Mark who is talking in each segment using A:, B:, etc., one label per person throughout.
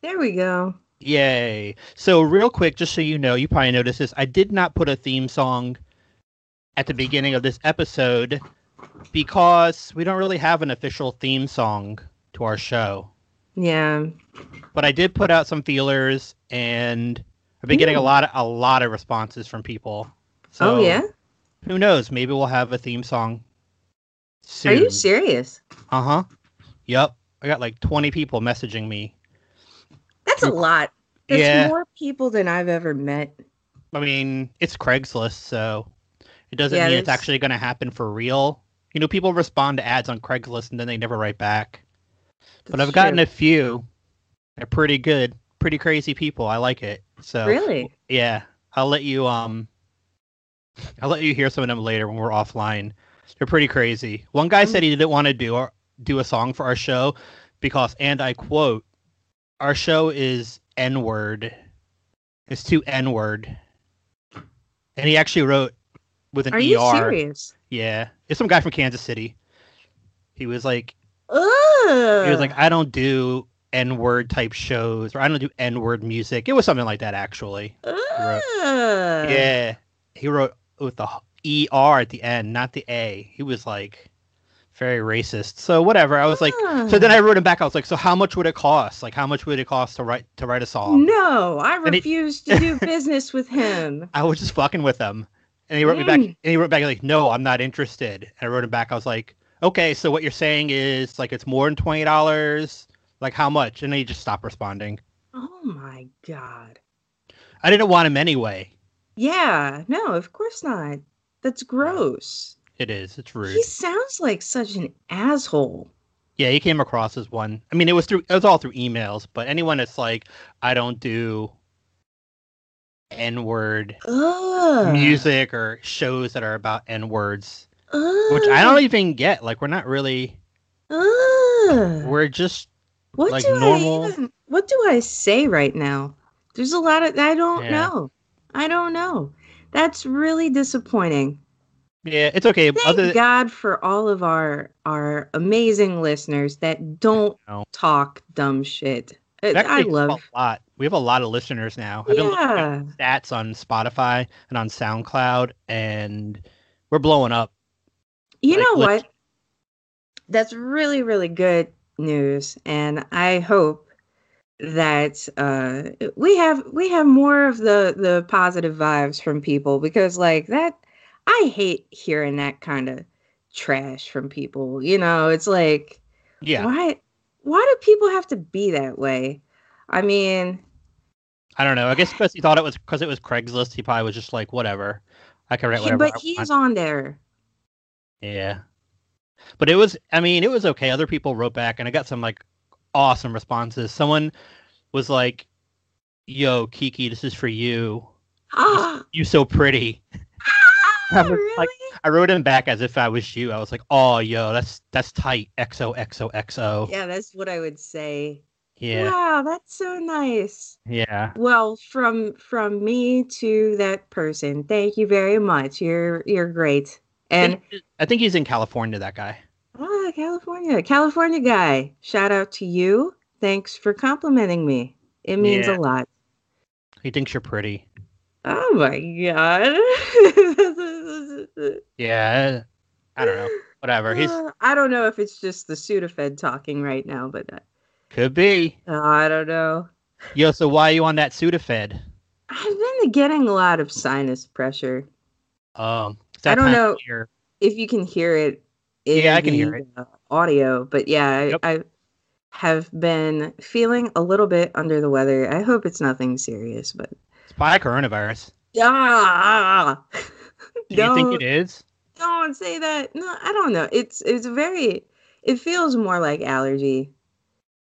A: There we go.
B: Yay. So, real quick, just so you know, you probably noticed this. I did not put a theme song at the beginning of this episode because we don't really have an official theme song to our show.
A: Yeah. Oh,
B: But I did put out some feelers and I've been getting a lot of, a lot of responses from people. So
A: oh yeah.
B: Who knows? Maybe we'll have a theme song soon.
A: Are you serious?
B: Uh huh. Yep. I got like 20 people messaging me.
A: That's a lot. That's
B: Yeah.
A: more people than I've ever met.
B: I mean, it's Craigslist, so it doesn't
A: Yeah,
B: mean it's
A: that's-
B: actually going to happen for real. You know, people respond to ads on Craigslist and then they never write back. But I've gotten a few. They're pretty good, pretty crazy people. I like it. So
A: Really?
B: yeah, I'll let you um, I'll let you hear some of them later when we're offline. They're pretty crazy. One guy said he didn't want to do our, do a song for our show because, and I quote, "Our show is N word. It's too N word." And he actually wrote with an
A: Are
B: ER.
A: you serious?
B: Yeah, it's some guy from Kansas City. He was like,
A: Ugh.
B: he was like, I don't do N word type shows, or I don't do N word music. It was something like that, actually.
A: Ugh.
B: yeah, he wrote with the h- er at the end, not the a. He was like very racist. So whatever. I was like, so then I wrote him back. I was like, so how much would it cost? Like, how much would it cost to write to write a song?
A: No, I
B: And it-
A: refuse to do business with him.
B: I was just fucking with him, and he wrote me back.
A: Mm.
B: And he wrote back like, "No, I'm not interested." And I wrote him back. I was like, "Okay, so what you're saying is like it's more than twenty dollars. Like how much?" And then he just stopped responding.
A: Oh my god.
B: I didn't want him anyway.
A: Yeah, no, of course not. That's gross.
B: It is. It's rude.
A: He sounds like such an asshole.
B: Yeah, he came across as one. I mean, it was through it was all through emails. But anyone that's like, "I don't do n word
A: Ugh.
B: music or shows that are about n words,"
A: Ugh.
B: which I don't even get. Like, we're not really.
A: Ugh.
B: We're just
A: what
B: like,
A: do
B: normal-
A: I even, what do I say right now? There's a lot of I don't
B: Yeah.
A: know. I don't know. That's really disappointing.
B: yeah. It's okay.
A: Thank
B: other
A: God for all of our our amazing listeners that don't
B: No.
A: talk dumb shit. Uh,
B: That
A: I
B: takes
A: love.
B: a lot. We have a lot of listeners now. I've been looking at
A: Yeah,
B: stats on Spotify and on SoundCloud, and we're blowing up.
A: you
B: like,
A: know
B: lit-
A: what? That's really really good news, and I hope that uh, we have we have more of the the positive vibes from people because like that I hate hearing that kind of trash from people. You know, it's like
B: Yeah,
A: Why why do people have to be that way? I mean,
B: I don't know. I guess because he thought it was because it was Craigslist, he probably was just like, whatever. I can write
A: he-
B: whatever.
A: but
B: I
A: he's
B: want.
A: on there.
B: Yeah, but it was. I mean, it was okay. Other people wrote back, and I got some like awesome responses. Someone was like, "Yo, Kiki, this is for you.
A: Ah,
B: You so pretty." I was
A: really?
B: like- I wrote him back as if I was you. I was like, "Oh, yo, that's that's tight. XOXOXO."
A: yeah, that's what I would say.
B: oh. Yeah.
A: Wow, that's so nice.
B: Yeah.
A: Well, from from me to that person, thank you very much. You're you're great. And
B: I think he's in California, that guy.
A: ah, California, California guy. Shout out to you. Thanks for complimenting me. It means
B: Yeah.
A: a lot.
B: He thinks you're pretty.
A: Oh my god.
B: Yeah. I I don't know. Whatever. He's
A: Uh, I don't know if it's just the Sudafed talking right now, but uh,
B: could be.
A: I don't know.
B: Yo, so why are you on that Sudafed?
A: I've been getting a lot of sinus pressure.
B: Um it's
A: I
B: that
A: don't
B: time of
A: know.
B: year.
A: If you can hear it, in
B: Yeah, I can
A: the,
B: hear it.
A: uh, audio, but yeah, I,
B: Yep.
A: I have been feeling a little bit under the weather. I hope it's nothing serious, but
B: It's probably coronavirus.
A: ah,
B: Do you think
A: Don't-
B: it is?
A: don't say that. No, I don't know. It's it's very it feels more like allergy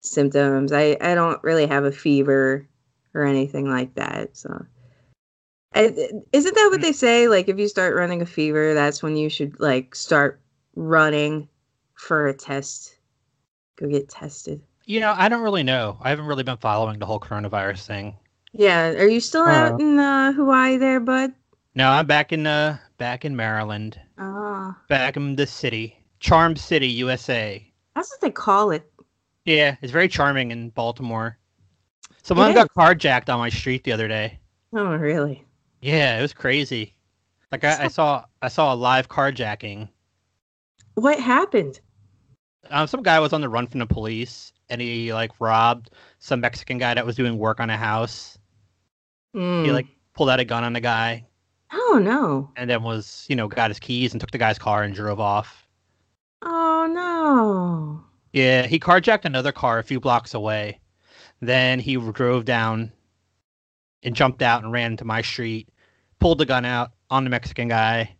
A: symptoms. I I don't really have a fever or anything like that. So I, isn't that what they say like if you start running a fever, that's when you should like start running for a test. Go get tested.
B: You know, I don't really know. I haven't really been following the whole coronavirus thing.
A: Yeah, are you still out in uh, Hawaii there, bud?
B: No, I'm back in uh back in Maryland.
A: Ah,
B: Back in the city. Charm City, USA.
A: that's what they call it.
B: Yeah, it's very charming in Baltimore. Someone
A: It
B: got carjacked on my street the other day.
A: Oh, really?
B: Yeah, it was crazy. Like I, I saw, I saw a live carjacking.
A: What happened?
B: Um, some guy was on the run from the police, and he like robbed some Mexican guy that was doing work on a house.
A: Mm.
B: like- Pulled out a gun on the guy,
A: Oh no!
B: and then was you know got his keys and took the guy's car and drove off.
A: Oh no!
B: Yeah, he carjacked another car a few blocks away. Then he drove down and jumped out and ran into my street, pulled the gun out on the Mexican guy,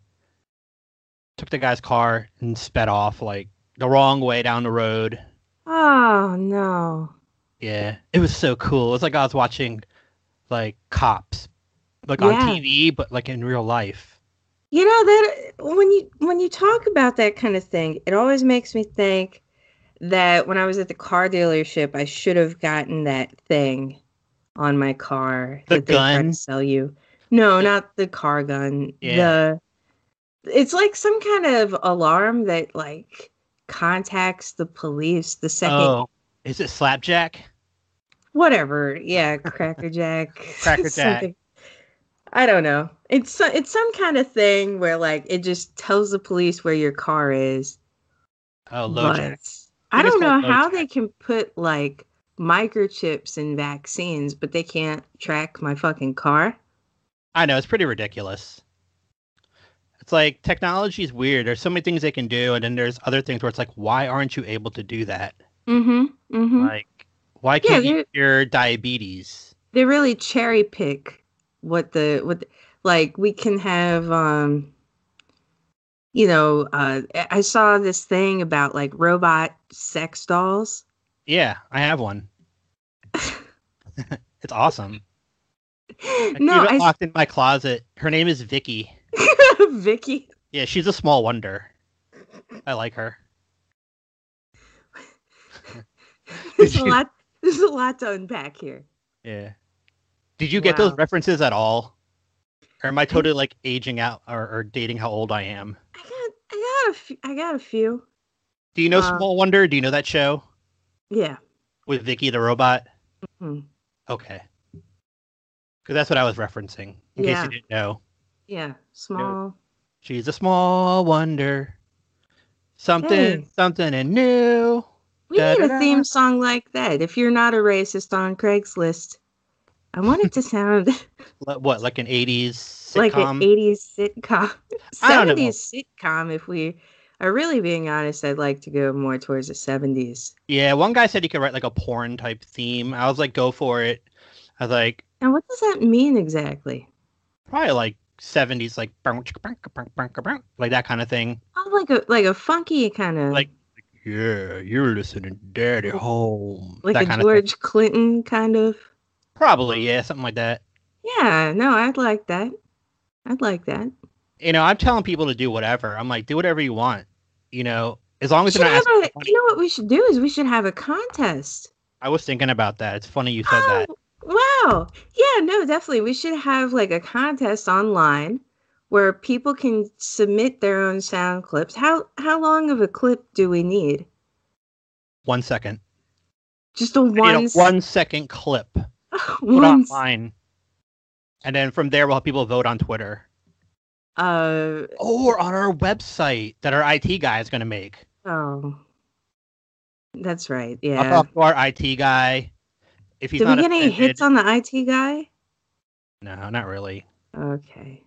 B: took the guy's car and sped off like the wrong way down the road.
A: Oh no!
B: Yeah, it was so cool. It was like I was watching like cops, like
A: Yeah.
B: on TV, but like in real life.
A: You know that when you when you talk about that kind of thing, it always makes me think that when I was at the car dealership, I should have gotten that thing on my car
B: The
A: that they try
B: gun?
A: to sell you. No, not the car gun.
B: Yeah.
A: The it's like some kind of alarm that like contacts the police the second
B: Oh, is it Slapjack?
A: whatever. Yeah, Cracker Jack.
B: Cracker Jack.
A: something. I don't know. It's so- it's some kind of thing where like it just tells the police where your car is.
B: Oh, Lojack.
A: But I
B: think it's
A: don't know
B: called
A: how
B: LoJack.
A: they can put like microchips in vaccines, but they can't track my fucking car.
B: I know it's pretty ridiculous. It's like technology is weird. There's so many things they can do, and then there's other things where it's like, why aren't you able to do that?
A: Mm-hmm. Mm-hmm.
B: Like, why
A: Yeah,
B: can't you
A: they're-
B: cure diabetes?
A: They really cherry pick what the what the, like we can have um you know, uh I- I saw this thing about like robot sex dolls.
B: Yeah, I have one. it's awesome. I
A: no,
B: keep it
A: I
B: locked in my closet. Her name is Vicky.
A: Vicky.
B: Yeah, she's a small wonder. I like her.
A: There's a
B: you-
A: lot. There's a lot to unpack here.
B: Yeah. Did you get those
A: Wow. Mm.
B: references at all? Or am I totally like aging out or, or dating how old I am?
A: I got, I got a, f- I got a few.
B: Do you know
A: Um,
B: Small Wonder? Do you know that show
A: Yeah.
B: with Vicky the robot?
A: Mhm.
B: Okay. Because that's what I was referencing. In case
A: Yeah.
B: you didn't know,
A: Yeah. Small.
B: she's a small wonder. Something,
A: Hey.
B: something and new.
A: We need a
B: Da-da-da.
A: theme song like that. If you're not a racist on Craigslist, I want it to sound
B: Li- What, like an '80s sitcom?
A: like an 80s sitcom,
B: I don't know.
A: 70s sitcom. If we are really being honest, I'd like to go more towards the 70s.
B: yeah. One guy said he could write like a porn type theme. I was like, go for it. I was like,
A: And what does that mean exactly?
B: probably like '70s, like "Bow, chicka, bow, ka, bow, bow, ka, bow," like that kind of thing.
A: Oh, like a like a funky kind of
B: Like- Yeah, you're listening, to Daddy Home.
A: like
B: that
A: a
B: kind of thing.
A: George Clinton kind of.
B: Probably, yeah, something like that.
A: Yeah, no, I'd like that. I'd like that.
B: you know, I'm telling people to do whatever. I'm like, do whatever you want. You know, as long
A: We
B: as
A: should
B: you're not
A: have
B: asking
A: a,
B: for money.
A: you know what we should do is we should have a contest.
B: I was thinking about that. It's funny you said
A: Oh.
B: that.
A: wow. Yeah, no, definitely. We should have like a contest online where people can submit their own sound clips. How how long of a clip do we need?
B: One second.
A: Just a
B: You know,
A: one
B: one second clip. Put
A: one
B: online. And then from there, we'll have people vote on Twitter
A: uh
B: or on our website that our IT guy is going to make.
A: oh. That's right.
B: I'll
A: Yeah.
B: talk to our IT guy. If he's
A: Did we
B: not
A: get any
B: offended-
A: hits on the IT guy?
B: no, not really.
A: Okay.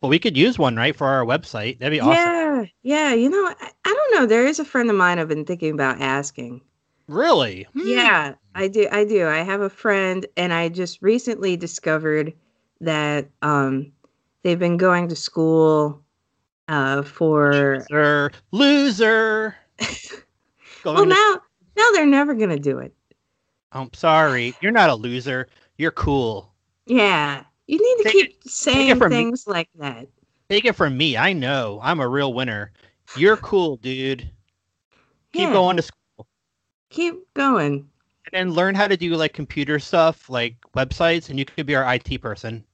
B: But we could use one, right, for our website. That'd be awesome.
A: Yeah, yeah. You know, I, I don't know. There is a friend of mine I've been thinking about asking.
B: Really? Hmm.
A: Yeah, I do. I do. I have a friend, and I just recently discovered that um, they've been going to school uh, for.
B: Loser. Loser. Going
A: Well,
B: to
A: now now they're never gonna do it.
B: I'm sorry. You're not a loser. You're cool.
A: Yeah, you need to
B: Take
A: keep saying
B: from me.
A: things like that.
B: Take it from me. I know. I'm a real winner. You're cool, dude. Keep
A: Yeah,
B: going to school
A: Keep going.
B: and then learn how to do like computer stuff, like websites, and you could be our IT person.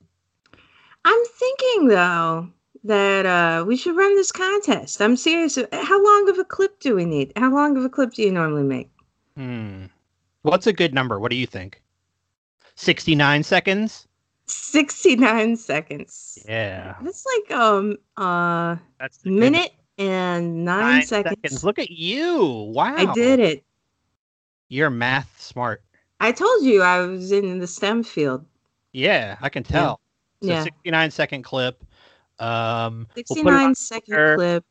A: I'm thinking though that uh, we should run this contest. I'm serious. uh, How long of a clip do we need? How long of a clip do you normally make?
B: Hmm. What's a good number? What do you think? 69 seconds.
A: 69 seconds.
B: Yeah.
A: That's like um uh
B: That's the good
A: minute and nine, seconds.
B: Look at you. Wow.
A: I did it.
B: You're math smart.
A: I told you I was in the STEM field.
B: Yeah, I can tell. So
A: yeah.
B: 69 second clip. Um we'll put it
A: 69
B: on-
A: second
B: Twitter.
A: clip.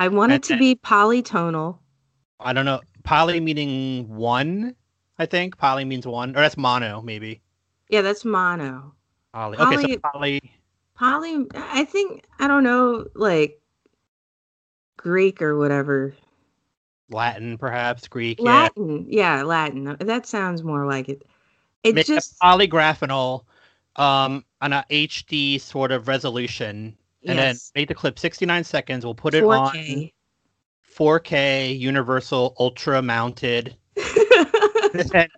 A: I want it
B: And
A: to
B: then-
A: be polytonal.
B: I don't know. Poly meaning one, I think. Poly means one. Or that's mono, maybe.
A: Yeah, that's mono.
B: Poly. Okay,
A: Poly-
B: so poly.
A: Poly, I think, I don't know, like Greek or whatever.
B: Latin, perhaps, Greek. yeah.
A: Latin. Yeah, Latin. That sounds more like it. It
B: make
A: just,
B: a polygraphinal um, on a HD sort of resolution, and then
A: yes.
B: make the clip 69 seconds. We'll put it on
A: 4K.
B: 4K universal ultra mounted.
A: Oh,
B: And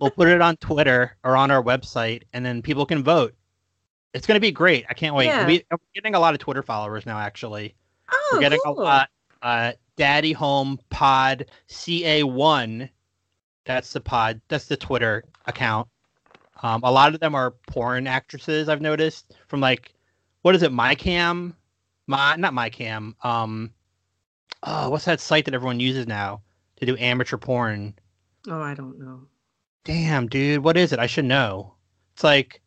B: we'll put it on Twitter or on our website, and then people can vote. It's going to be great. I can't wait.
A: Yeah.
B: We, we're getting a lot of Twitter followers now, actually.
A: oh,
B: we're getting
A: cool.
B: a lot. Uh, Daddy Home Pod CA1. That's the pod. That's the Twitter account. Um, a lot of them are porn actresses. I've noticed from like, what is it? My Cam, my not My Cam. Um, oh, what's that site that everyone uses now to do amateur porn?
A: Oh, I don't know.
B: Damn, dude, what is it? I should know. It's like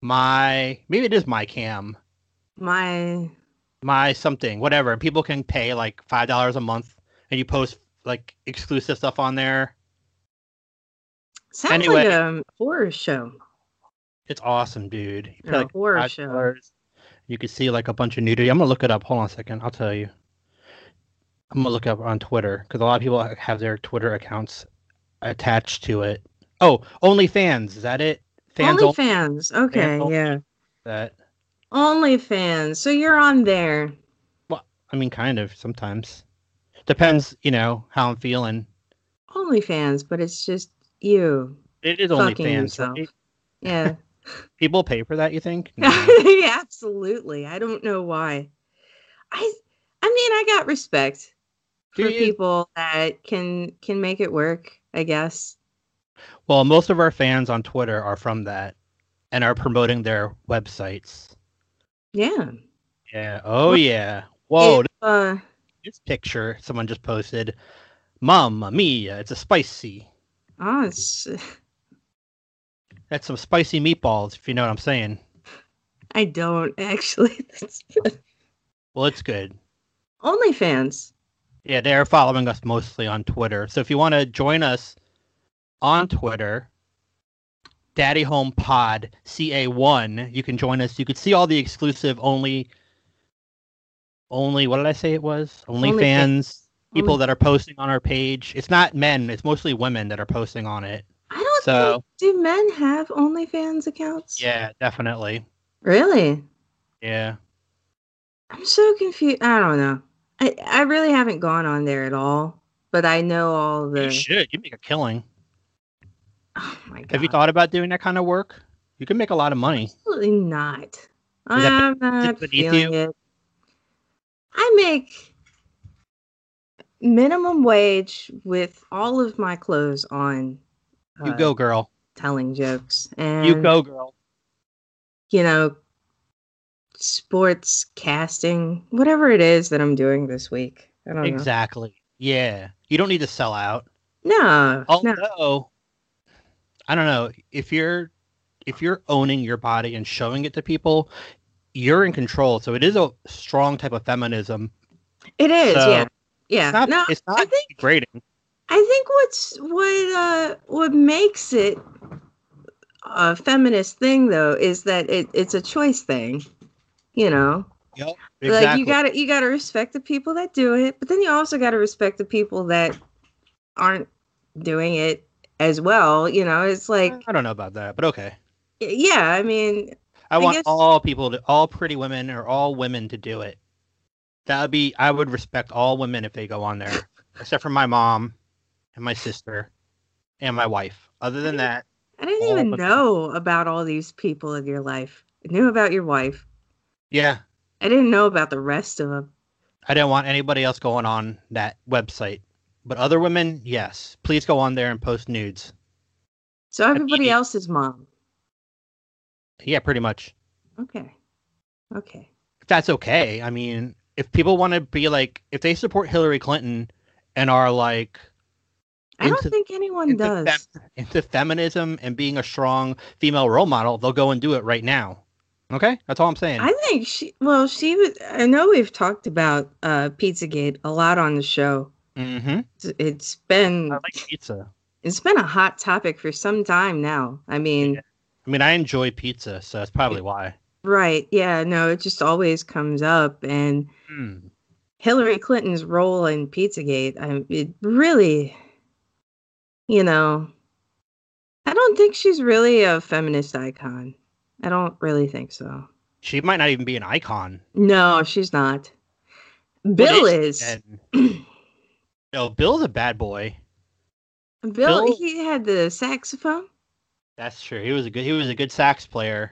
B: my maybe it is My Cam,
A: My,
B: my something, whatever. And people can pay like five dollars a month, and you post like exclusive stuff on there.
A: sounds like
B: Anyway.
A: a horror show.
B: It's awesome, dude. You pay,
A: Yeah,
B: like,
A: horror
B: $5.
A: show.
B: You can see like a bunch of nudity. I'm gonna look it up. Hold on a second. I'll tell you. I'm gonna look up on Twitter because a lot of people have their Twitter accounts attached to it. Oh, OnlyFans. Is that it? Fans
A: Only
B: only.
A: fans. Okay,
B: only.
A: yeah.
B: that.
A: Only fans. So you're on there.
B: I mean, kind of sometimes. Depends, you know, how I'm feeling.
A: Only fans, but it's just you
B: It is
A: fucking
B: OnlyFans.
A: yourself.
B: right?
A: Yeah.
B: People pay for that. You think? No.
A: Yeah, Absolutely. I don't know why. I I mean, I got respect
B: Do
A: for
B: you?
A: people that can can make it work, I guess.
B: Well, most of our fans on Twitter are from that and are promoting their websites.
A: Yeah.
B: Yeah. Oh, yeah. Whoa,
A: If, uh,
B: this picture someone just posted. Mamma mia, it's a spicy.
A: oh, it's,
B: That's some spicy meatballs, if you know what I'm saying.
A: I don't actually. That's
B: Well, it's good.
A: only fans.
B: Yeah, they're following us mostly on Twitter. So if you want to join us on Twitter, Daddy Home Pod CA1, you can join us. You could see all the exclusive only only what did I say it was? Only,
A: Only
B: fans, people
A: Only-
B: that are posting on our page. It's not men, it's mostly women that are posting on it.
A: I don't
B: So-
A: think do men have OnlyFans accounts?
B: Yeah, definitely.
A: Really?
B: Yeah.
A: I'm so confused. I don't know. I, I really haven't gone on there at all, but I know all the.
B: You should. You make a killing.
A: Oh my god!
B: Have you thought about doing that kind of work? You can make a lot of money.
A: Absolutely not.
B: Is that
A: I'm not
B: beneath
A: feeling it. I make minimum wage with all of my clothes on.
B: You
A: uh,
B: go, girl.
A: telling jokes and
B: You go, girl.
A: you know sports casting whatever it is that i'm doing this week i don't know
B: Exactly. Yeah. You don't need to sell out.
A: no
B: Although
A: no
B: I don't know, if you're if you're owning your body and showing it to people, you're in control. So it is a strong type of feminism.
A: it is
B: So,
A: yeah yeah
B: It's not
A: no
B: it's
A: i
B: not
A: think
B: degrading.
A: I think what's what uh, what makes it a feminist thing though is that it, it's a choice thing, you know.
B: Yep.
A: Like
B: Exactly.
A: you gotta you gotta respect the people that do it, but then you also gotta respect the people that aren't doing it as well. You know, it's like
B: I don't know about that, but okay.
A: yeah, I mean,
B: I,
A: I
B: want
A: guess-
B: all people to all pretty women or all women to do it. That would be I would respect all women if they go on there. except for my mom and my sister and my wife. Other than that,
A: I didn't
B: All
A: even
B: but-
A: know about all these people in your life. I knew about your wife.
B: Yeah,
A: I didn't know about the rest of them.
B: I didn't want anybody else going on that website. But other women, yes, please go on there and post nudes.
A: So everybody
B: mean-
A: else's mom.
B: Yeah, pretty much.
A: Okay. Okay.
B: If that's okay. I mean, if people want to be like, if they support Hillary Clinton and are like
A: I don't
B: Into-
A: think anyone
B: into,
A: does.
B: fem- into feminism and being a strong female role model, they'll go and do it right now. Okay, that's all I'm saying.
A: I think she well, she was I know we've talked about uh Pizzagate a lot on the show.
B: mm-hmm.
A: It's- It's been
B: I like pizza.
A: it's been a hot topic for some time now. I mean,
B: Yeah. I mean, I enjoy pizza, so that's probably why.
A: right, yeah, no, it just always comes up and
B: Hmm.
A: Hillary Clinton's role in Pizzagate, I, it really you know, I don't think she's really a feminist icon. I don't really think so.
B: She might not even be an icon.
A: No, she's not.
B: What
A: Bill
B: is
A: is.
B: she then? no, Bill's a bad boy.
A: Bill,
B: Bill-
A: he had the saxophone.
B: That's true. He was a good. He was a good sax player.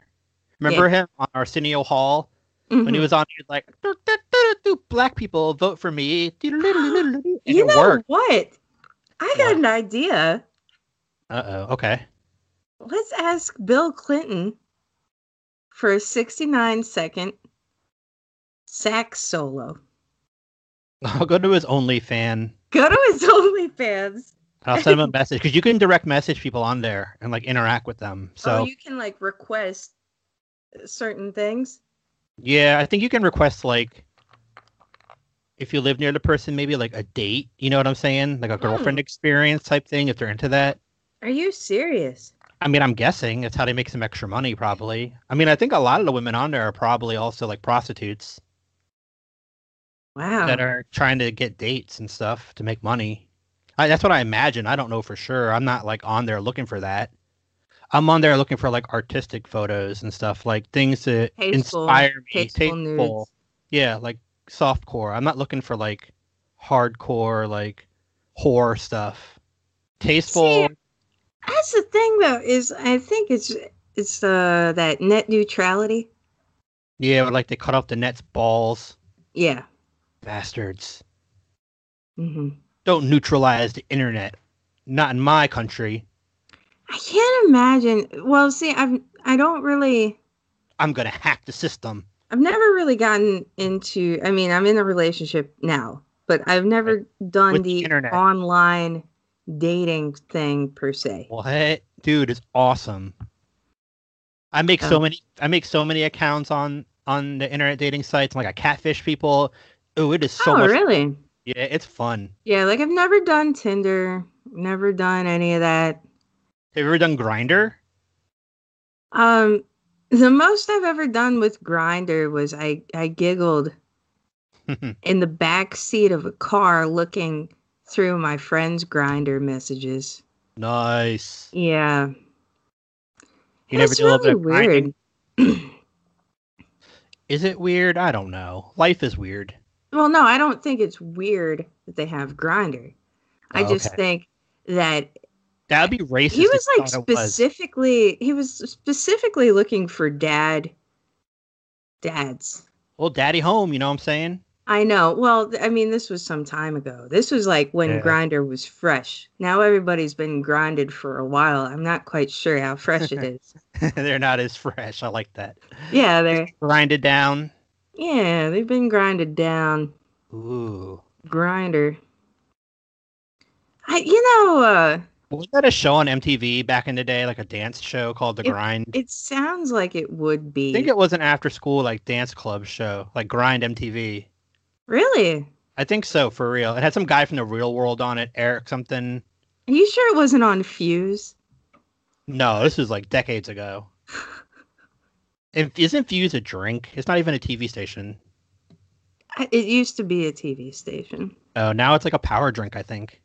B: Remember him on Arsenio Hall when he
A: Mhm.
B: was on? He was like, "Do, do, do, do, do, "Black people vote for me," and
A: you
B: it
A: know
B: worked.
A: what? I got
B: What?
A: an idea.
B: Uh oh. Okay.
A: Let's ask Bill Clinton for a 69 second sax solo.
B: I'll go to his OnlyFan.
A: Go to his OnlyFans.
B: I'll send them a message because you can direct message people on there and like interact with them. So
A: oh, you can like request uh, certain things.
B: yeah, I think you can request like if you live near the person, maybe like a date. You know what I'm saying?
A: Hmm.
B: Like a girlfriend experience type thing if they're into that.
A: Are you serious?
B: I mean, I'm guessing it's how they make some extra money, probably. I mean, I think a lot of the women on there are probably also like prostitutes
A: Wow.
B: that are trying to get dates and stuff to make money. I, that's what I imagine. I don't know for sure. I'm not like on there looking for that. I'm on there looking for like artistic photos and stuff, like things to
A: Tasteful-
B: inspire me.
A: tasteful nudes.
B: Yeah, like softcore. I'm not looking for like hardcore, like horror stuff. Tasteful.
A: That's the thing though, is I think it's it's uh that net neutrality.
B: Yeah, but like they cut off the net's balls.
A: Yeah.
B: Bastards.
A: hmm
B: Don't neutralize the internet. Not in my country.
A: I can't imagine. Well, see, I've I don't really
B: I'm gonna hack the system.
A: I've never really gotten into. I mean, I'm in a relationship now, but I've never done
B: With the
A: the,
B: internet.
A: online dating thing per se.
B: What? Dude, it's awesome. I make
A: Oh.
B: so many I make so many accounts on on the internet dating sites. like I catfish people. Oh, it is so
A: oh,
B: much
A: really?
B: Yeah, it's fun.
A: Yeah, like I've never done Tinder, never done any of that.
B: Have you ever done Grinder?
A: Um, the most I've ever done with Grinder was I I giggled in the back seat of a car looking through my friend's Grinder messages.
B: nice.
A: Yeah.
B: You
A: That's
B: never do a little bit of
A: really
B: grinding?
A: weird.
B: Is it weird? I don't know. Life is weird.
A: Well, no, I don't think it's weird that they have grinder. I
B: Oh,
A: just
B: okay.
A: think that
B: That would be racist.
A: he
B: if
A: was
B: you
A: like
B: thought it was.
A: specifically he was specifically looking for dad dads.
B: Well, daddy home, you know what I'm saying?
A: I know. Well, th- I mean, this was some time ago. This was like when
B: Yeah.
A: grinder was fresh. Now everybody's been grinded for a while. I'm not quite sure how fresh it is.
B: They're not as fresh. I like that.
A: Yeah, they're
B: Grinded down.
A: yeah, they've been grinded down.
B: Ooh.
A: Grinder. I you know, uh
B: Wasn't that a show on MTV back in the day, like a dance show called The Grind?
A: It sounds like it would be.
B: I think it was an after school like dance club show, like Grind MTV.
A: really?
B: I think so, for real. It had some guy from the real world on it, Eric something.
A: Are you sure it wasn't on Fuse?
B: No, this was like decades ago. And isn't Fuse a drink? It's not even a TV station.
A: I- It used to be a TV station.
B: Oh, now it's like a power drink, I think.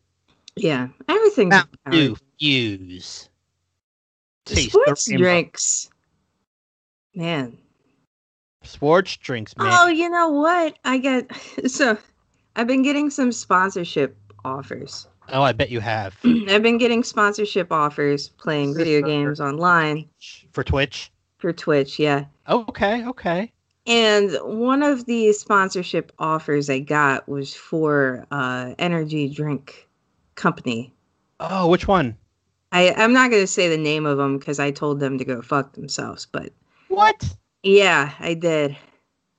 A: Yeah, everything's a
B: Mountain
A: power-
B: Dew Fuse. Taste the
A: sports
B: rainbow.
A: drinks. Man.
B: Sports drinks, man.
A: Oh, you know what? I got so I've been getting some sponsorship offers.
B: Oh, I bet you have.
A: I've been getting sponsorship offers playing
B: This is
A: video
B: for-
A: games online
B: For Twitch?
A: for Twitch, yeah.
B: Okay, okay.
A: And one of the sponsorship offers I got was for uh energy drink company.
B: Oh, which one?
A: I, I'm not gonna say the name of them because I told them to go fuck themselves, but
B: what?
A: Yeah, I did.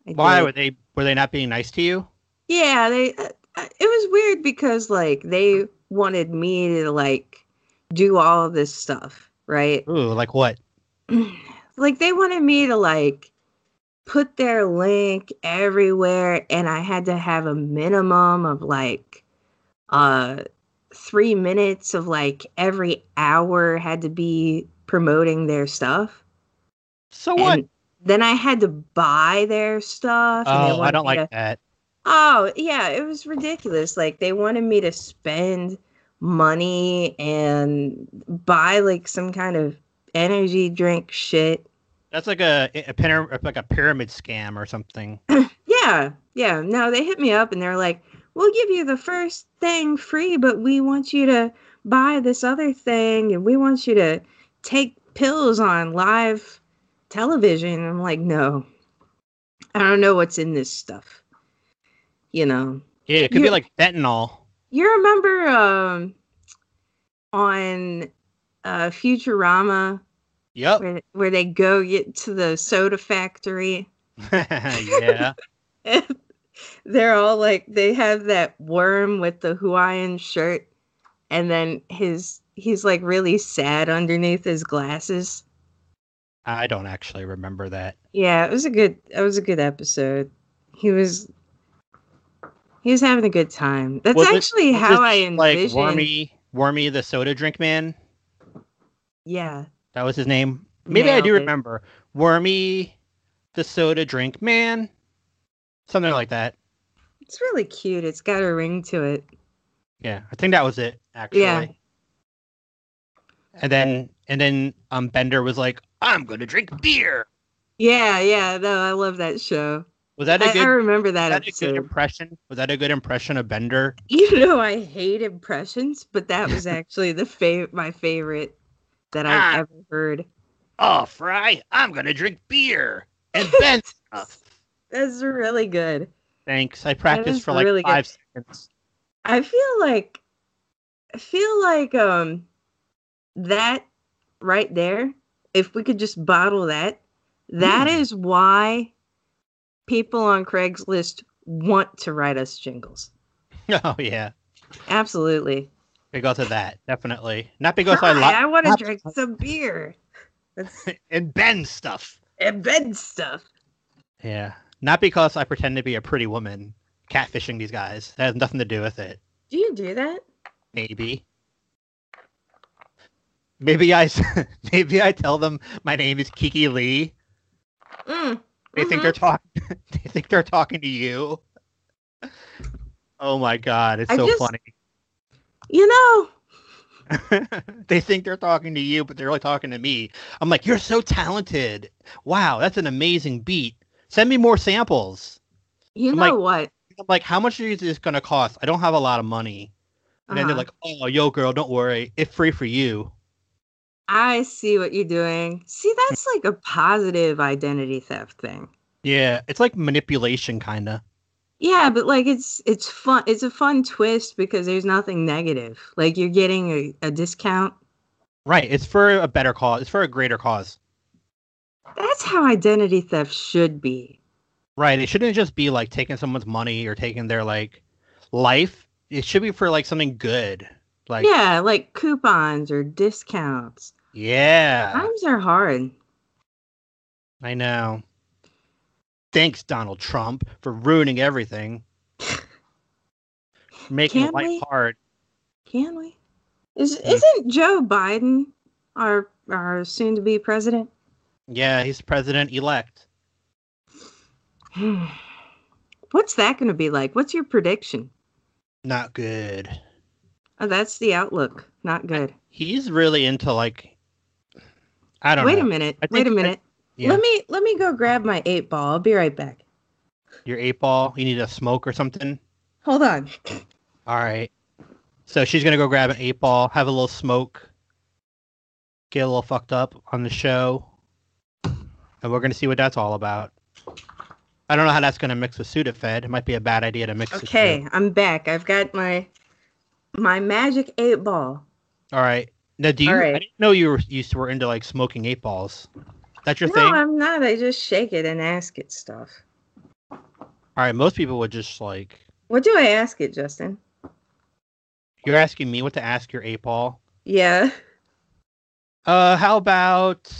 A: I
B: Why
A: did.
B: were they were they not being nice to you?
A: Yeah, they. Uh, uh, it was weird because like they wanted me to like do all of this stuff, right?
B: Ooh, like what? Mm.
A: like they wanted me to like put their link everywhere, and I had to have a minimum of like uh three minutes of like every hour had to be promoting their stuff.
B: So what?
A: And then I had to buy their stuff. and they
B: Oh, I
A: wanted
B: don't
A: me
B: like
A: to-
B: that.
A: Oh, yeah, it was ridiculous. Like they wanted me to spend money and buy like some kind of energy drink shit.
B: That's like a, a pyra- like a pyramid scam or something.
A: Yeah, yeah. No, they hit me up and they're like, "We'll give you the first thing free, but we want you to buy this other thing and we want you to take pills on live television." I'm like, "No. I don't know what's in this stuff." You know.
B: Yeah, it could be
A: You-
B: like fentanyl.
A: You remember um, on uh, Futurama
B: Yep.
A: where, where they go get to the soda factory?
B: yeah.
A: They're all like, they have that worm with the Hawaiian shirt, and then his he's like really sad underneath his glasses.
B: I don't actually remember that.
A: Yeah, it was a good it was a good episode. He was he was having a good time. That's
B: Was it-
A: actually
B: was
A: how
B: it
A: I
B: Like
A: envisioned.
B: Wormy, Wormy the soda drink man.
A: yeah.
B: That was his name. Maybe I do
A: Nailed it.
B: remember. Wormy the soda drink man. Something like that.
A: It's really cute. It's got a ring to it.
B: Yeah, I think that was it actually.
A: Yeah.
B: And then and then um Bender was like, "I'm going to drink beer."
A: Yeah, yeah. No, I love that show.
B: Was that a
A: I,
B: good
A: I remember that,
B: was that a good
A: episode.
B: impression? Was that a good impression of Bender?
A: You know, I hate impressions, but that was actually the fav- my favorite that I've
B: Ah.
A: ever heard.
B: Oh, Fry, I'm going to drink beer. And then
A: That's really good.
B: thanks. I practiced
A: is
B: for like
A: really good.
B: 5 seconds.
A: I feel like I feel like um that right there, if we could just bottle that, that is
B: Hmm.
A: why people on Craigslist want to write us jingles.
B: Oh yeah.
A: Absolutely.
B: Because of that, definitely. Not because I
A: Hi,
B: like
A: I want
B: not-
A: to drink some beer. That's
B: and Ben stuff.
A: and bed stuff.
B: Yeah. Not because I pretend to be a pretty woman catfishing these guys. That has nothing to do with it.
A: Do you do that?
B: Maybe. Maybe I s- maybe I tell them my name is Kiki Lee.
A: Mm.
B: They think they're talking they think they're talking to you. Oh my god, it's
A: I
B: so
A: just-
B: funny.
A: You know,
B: they think they're talking to you, but they're really talking to me. I'm like, "You're so talented. Wow, that's an amazing beat. Send me more samples."
A: you
B: I'm
A: know what?
B: I'm like, "How much is this going to cost? I don't have a lot of money." And then they're
A: Uh-huh.
B: like, "Oh, yo girl, don't worry. It's free for you."
A: I see what you're doing. See, that's like a positive identity theft thing.
B: Yeah, it's like manipulation kind of.
A: Yeah, but like it's it's fun. It's a fun twist because there's nothing negative. Like you're getting a, a discount.
B: Right. It's for a better cause. It's for a greater cause.
A: That's how identity theft should be.
B: Right. It shouldn't just be like taking someone's money or taking their like life. It should be for like something good. Like yeah.
A: yeah, like coupons or discounts. Times are hard.
B: I know. Thanks, Donald Trump, for ruining everything. Making
A: Can
B: life
A: we?
B: hard.
A: Can we? Is
B: Yes.
A: isn't Joe Biden our our soon to be president?
B: Yeah, he's president elect.
A: What's that going to be like? What's your prediction?
B: Not good.
A: Oh, that's the outlook. Not good.
B: He's really into like I don't
A: Wait
B: know.
A: a minute.
B: I
A: Wait a
B: think- I-
A: minute.
B: Yeah.
A: Let me let me go grab my eight ball. I'll be right back.
B: Your eight ball. You need a smoke or something.
A: Hold on.
B: All right. So she's gonna go grab an eight ball, have a little smoke, get a little fucked up on the show, and we're gonna see what that's all about. I don't know how that's gonna mix with Sudafed. It might be a bad idea to mix. the two.
A: Okay, I'm back. I've got my my magic eight ball.
B: All right. Now, do you?
A: All right.
B: I didn't know you were you were into like smoking eight balls. That's your
A: no,
B: thing.
A: I'm not. I just shake it and ask it stuff.
B: All right, most people would just like
A: What do I ask it, Justin?
B: you're asking me what to ask your eight ball.
A: Yeah.
B: Uh, how about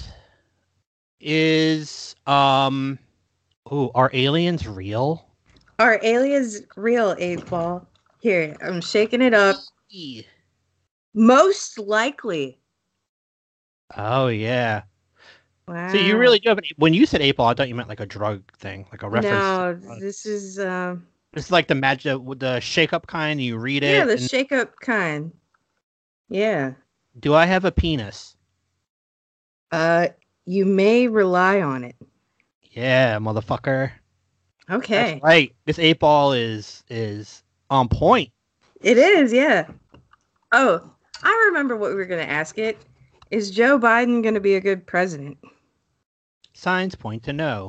B: is um, oh, are aliens real?
A: Are aliens real, eight ball? Here, I'm shaking it up. Most likely.
B: Oh yeah.
A: Wow.
B: So you really do have an, when you said eight ball, I thought you meant like a drug thing, like a reference.
A: No,
B: to drugs.
A: this is um
B: it's like the magic, the shake up kind. You read it.
A: yeah, the
B: and,
A: shake up kind. Yeah.
B: do I have a penis?
A: Uh you may rely on it.
B: Yeah, motherfucker.
A: Okay.
B: That's right. This eight ball is is on point.
A: It is, yeah. Oh, I remember what we were gonna ask it. Is Joe Biden gonna be a good president?
B: Signs point to no.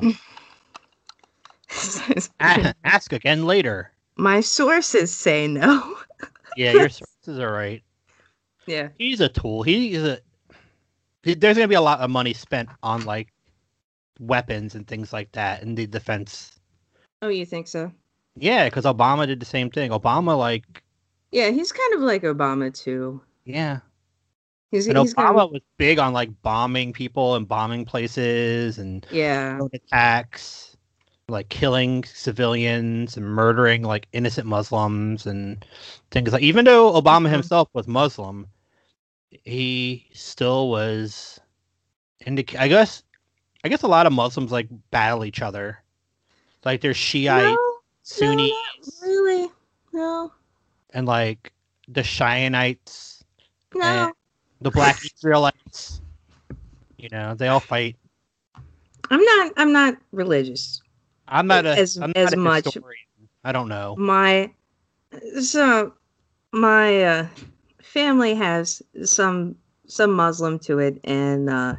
B: A- ask again later.
A: My sources say no.
B: Yeah, your sources are right.
A: Yeah.
B: He's a tool. He is a. he- There's gonna be a lot of money spent on like weapons and things like that in the defense.
A: Oh, you think so?
B: Yeah, because Obama did the same thing. Obama like
A: Yeah, he's kind of like Obama too.
B: yeah,
A: He's,
B: and
A: he's
B: Obama
A: gonna,
B: was big on like bombing people and bombing places and
A: yeah.
B: drone attacks, like killing civilians and murdering like innocent Muslims and things like. Even though Obama
A: Mhm.
B: himself was Muslim, he still was. Indic- I guess, I guess a lot of Muslims like battle each other. Like there's Shiite,
A: No,
B: Sunni,
A: not really. No,
B: and like the Cheyennites,
A: no.
B: Eh. the Black Israelites. You know, they all fight.
A: I'm not. I'm not religious.
B: I'm not a
A: As-
B: am not
A: as
B: a
A: much-
B: historian. I don't know.
A: My so my uh, family has some some Muslim to it, and uh,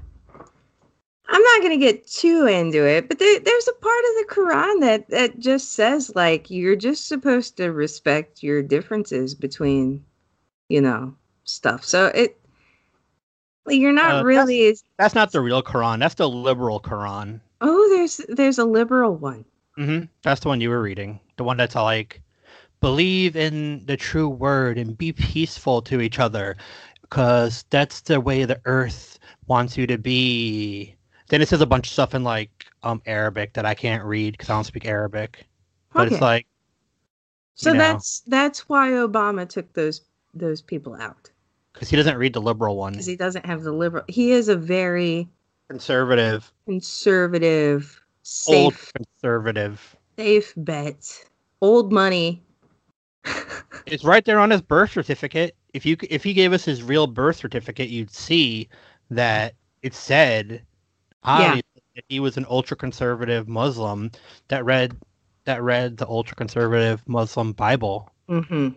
A: I'm not gonna get too into it. But there, there's a part of the Quran that that just says like you're just supposed to respect your differences between, you know, stuff. So it. like, You're
B: Uh,
A: not
B: that's-
A: really
B: That's not the real Quran. That's the liberal Quran.
A: Oh, there's there's a liberal one.
B: hmm That's the one you were reading. The one that's like, believe in the true word and be peaceful to each other, because that's the way the earth wants you to be. Then it says a bunch of stuff in like um Arabic that I can't read because I don't speak Arabic. But
A: Okay.
B: it's like,
A: so
B: you know.
A: that's that's why Obama took those those people out
B: because he doesn't read the liberal one.
A: because he doesn't have the liberal. He is a very
B: Conservative,
A: conservative,
B: old
A: safe
B: conservative.
A: safe bet, old money.
B: It's right there on his birth certificate. If you if he gave us his real birth certificate, you'd see that it said obviously that he was an ultra conservative Muslim that read that read the ultra conservative Muslim Bible
A: Mm-hmm.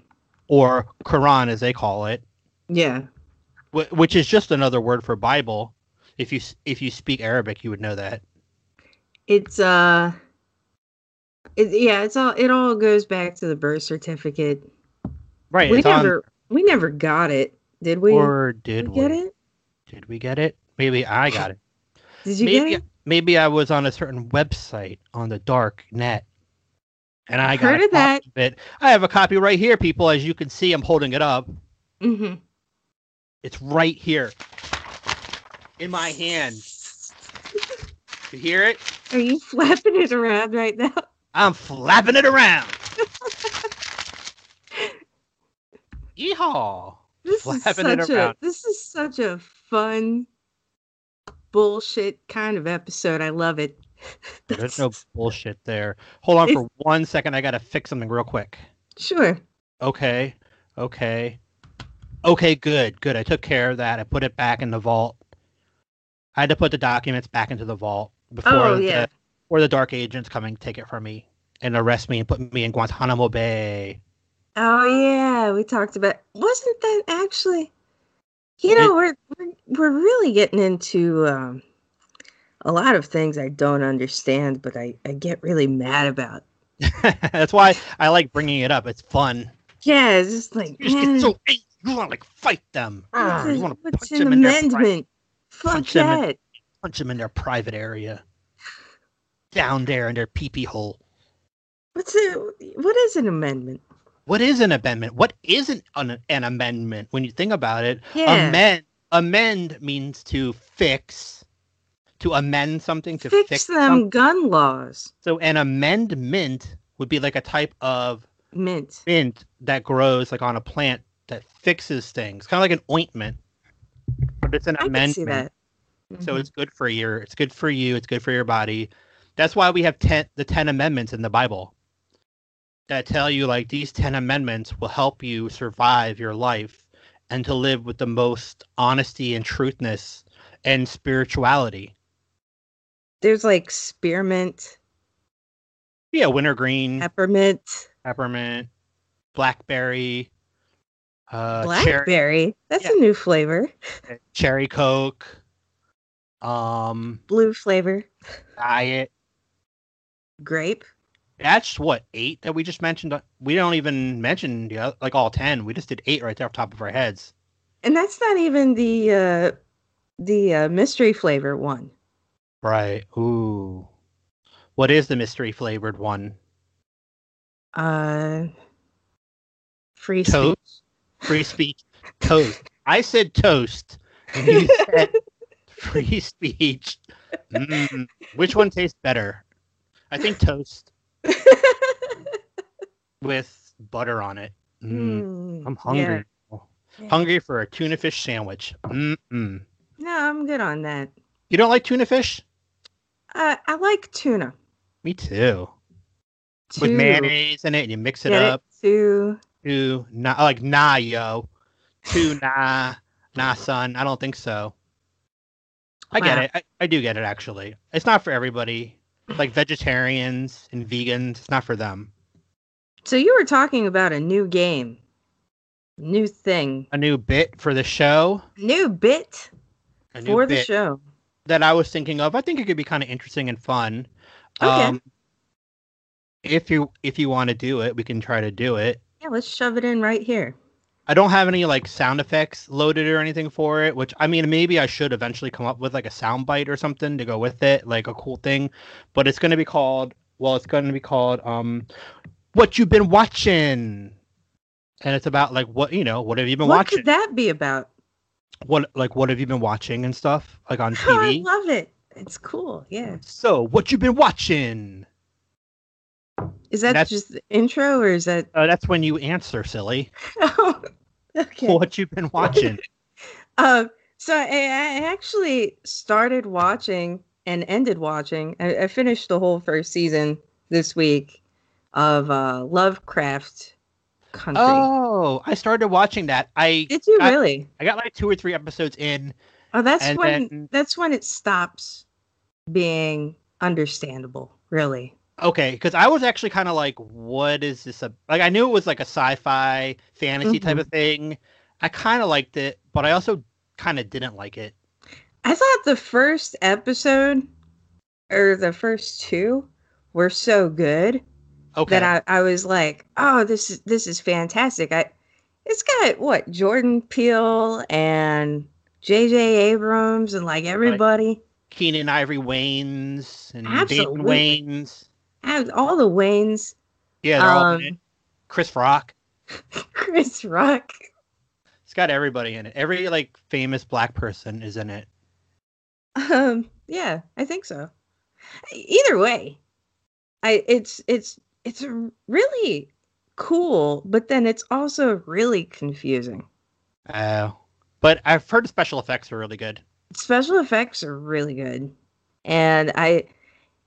B: or Quran as they call it,
A: Yeah.
B: wh- which is just another word for Bible. If you s- if you speak Arabic, you would know that.
A: it's uh it, yeah it's all it all goes back to the birth certificate
B: Right.
A: we
B: it's on-
A: never we never got it did we
B: or did
A: Did
B: we
A: we get it
B: Did we get it? Maybe I got it.
A: did you
B: maybe,
A: get it
B: maybe I was on a certain website on the dark net, and I got
A: Heard
B: a
A: of that.
B: copy of it. I have a copy right here, people. As you can see, I'm holding it up.
A: mm-hmm.
B: It's right here in my hand. You hear it?
A: Are you flapping it around right now?
B: I'm flapping it around. Yeehaw!
A: This
B: Flapping it
A: is such a
B: around.
A: this is such a fun bullshit kind of episode. I love it.
B: There's no bullshit there. Hold on for
A: It's-
B: one second. I gotta fix something real quick.
A: Sure.
B: okay, okay, okay, good, good. I took care of that. I put it back in the vault. I had to put the documents back into the vault before
A: Oh
B: the,
A: yeah.
B: or the dark agents come and take it from me and arrest me and put me in Guantanamo Bay.
A: Oh yeah. We talked about wasn't that actually you know, we're, we're we're really getting into um a lot of things I don't understand, but I, I get really mad about.
B: That's why I like bringing it up. It's fun.
A: Yeah, it's just like
B: You just
A: man,
B: get so angry. You want to like fight them.
A: what's
B: Arr, you
A: in-
B: want to
A: what's
B: punch
A: in
B: them in their
A: amendment? Fuck
B: Punch 'em in-
A: that.
B: punch them in their private area, down there in their peepee hole.
A: What's it? What is an amendment?
B: What is an amendment? What isn't an, an amendment? When you think about it,
A: Yeah.
B: amend amend means to fix, to amend something, to fix,
A: Fix, them
B: something.
A: gun laws.
B: So an amendment would be like a type of
A: Mint.
B: mint that grows like on a plant that fixes things, kind of like an ointment, but it's an
A: I can
B: amendment.
A: see that.
B: So
A: Mhm.
B: it's good for your, it's good for you, it's good for your body. That's why we have ten, the ten amendments in the Bible that tell you like these ten amendments will help you survive your life and to live with the most honesty and truthness and spirituality.
A: there's like spearmint,
B: Yeah, wintergreen,
A: peppermint,
B: peppermint, blackberry, uh, cherry.
A: blackberry. That's
B: yeah.
A: a new flavor.
B: cherry coke um
A: Blue flavor.
B: diet
A: Grape.
B: that's what eight that we just mentioned we don't even mention the oth- like all 10 we just did eight right there off the top of our heads
A: And that's not even the uh the uh, mystery flavor one.
B: right ooh what is the mystery flavored one
A: Uh free
B: Toast? free speech toast i said toast and you said free speech Mm, which one tastes better i think toast
A: speech.
B: with butter on it Mm,
A: Mm,
B: i'm
A: yeah.
B: hungry
A: Yeah.
B: hungry for a tuna fish sandwich Mm-mm.
A: No, I'm good on that.
B: You don't like tuna fish?
A: Uh, I like tuna.
B: Me too.
A: Two.
B: With mayonnaise in it, and you mix it
A: Get
B: up.
A: It? Two.
B: Two, nah, I like nah, yo. Two, nah, nah, son. I don't think so. I get
A: Wow.
B: it. I, I do get it. Actually, it's not for everybody. Like vegetarians and vegans, it's not for them.
A: So you were talking about a new game, new thing,
B: A new bit for the show.
A: new bit
B: A new
A: for the
B: bit
A: show.
B: that I was thinking of. I think it could be kind of interesting and fun. Um,
A: Okay.
B: if you if you want to do it, we can try to do it.
A: Yeah, let's shove it in right here.
B: I don't have any like sound effects loaded or anything for it, which I mean, maybe I should eventually come up with like a sound bite or something to go with it, like a cool thing. But it's going to be called, well, it's going to be called, um, What You've Been Watching. And it's about like what, you know, what have you been
A: what
B: watching?
A: could that be about?
B: What, like, what have you been watching and stuff, like on
A: Oh, I
B: TV?
A: love it. It's cool. Yeah.
B: so, what you've been watching?
A: Is that
B: That's-
A: just the intro or is that?
B: Uh, that's when you answer, silly.
A: Oh, okay.
B: What you've been watching.
A: Uh, so I, I actually started watching and ended watching. I, I finished the whole first season this week of uh, Lovecraft Country.
B: oh, I started watching that. I,
A: Did you
B: I-
A: really?
B: I got like two or three episodes in.
A: Oh, that's
B: and
A: when
B: then-
A: that's when it stops being understandable. Really?
B: Okay, because I was actually kind of like, what is this? A-? Like, I knew it was like a sci-fi fantasy type
A: Mm-hmm.
B: of thing. I kind of liked it, but I also kind of didn't like it.
A: I thought the first episode or the first two were so good
B: Okay,
A: that I, I was like, oh, this is this is fantastic. I it's got what Jordan Peele and JJ Abrams and like everybody.
B: Keenan Ivory Waynes and
A: Absolutely.
B: Damon Waynes.
A: I have all the Waynes,
B: Yeah, they're all in it.
A: um,
B: Chris Rock.
A: Chris Rock.
B: It's got everybody in it. Every like famous black person is in it.
A: Um, yeah, I think so. Either way, I it's it's it's really cool, but then it's also really confusing.
B: Oh, but I've heard the special effects are really good.
A: special effects are really good and i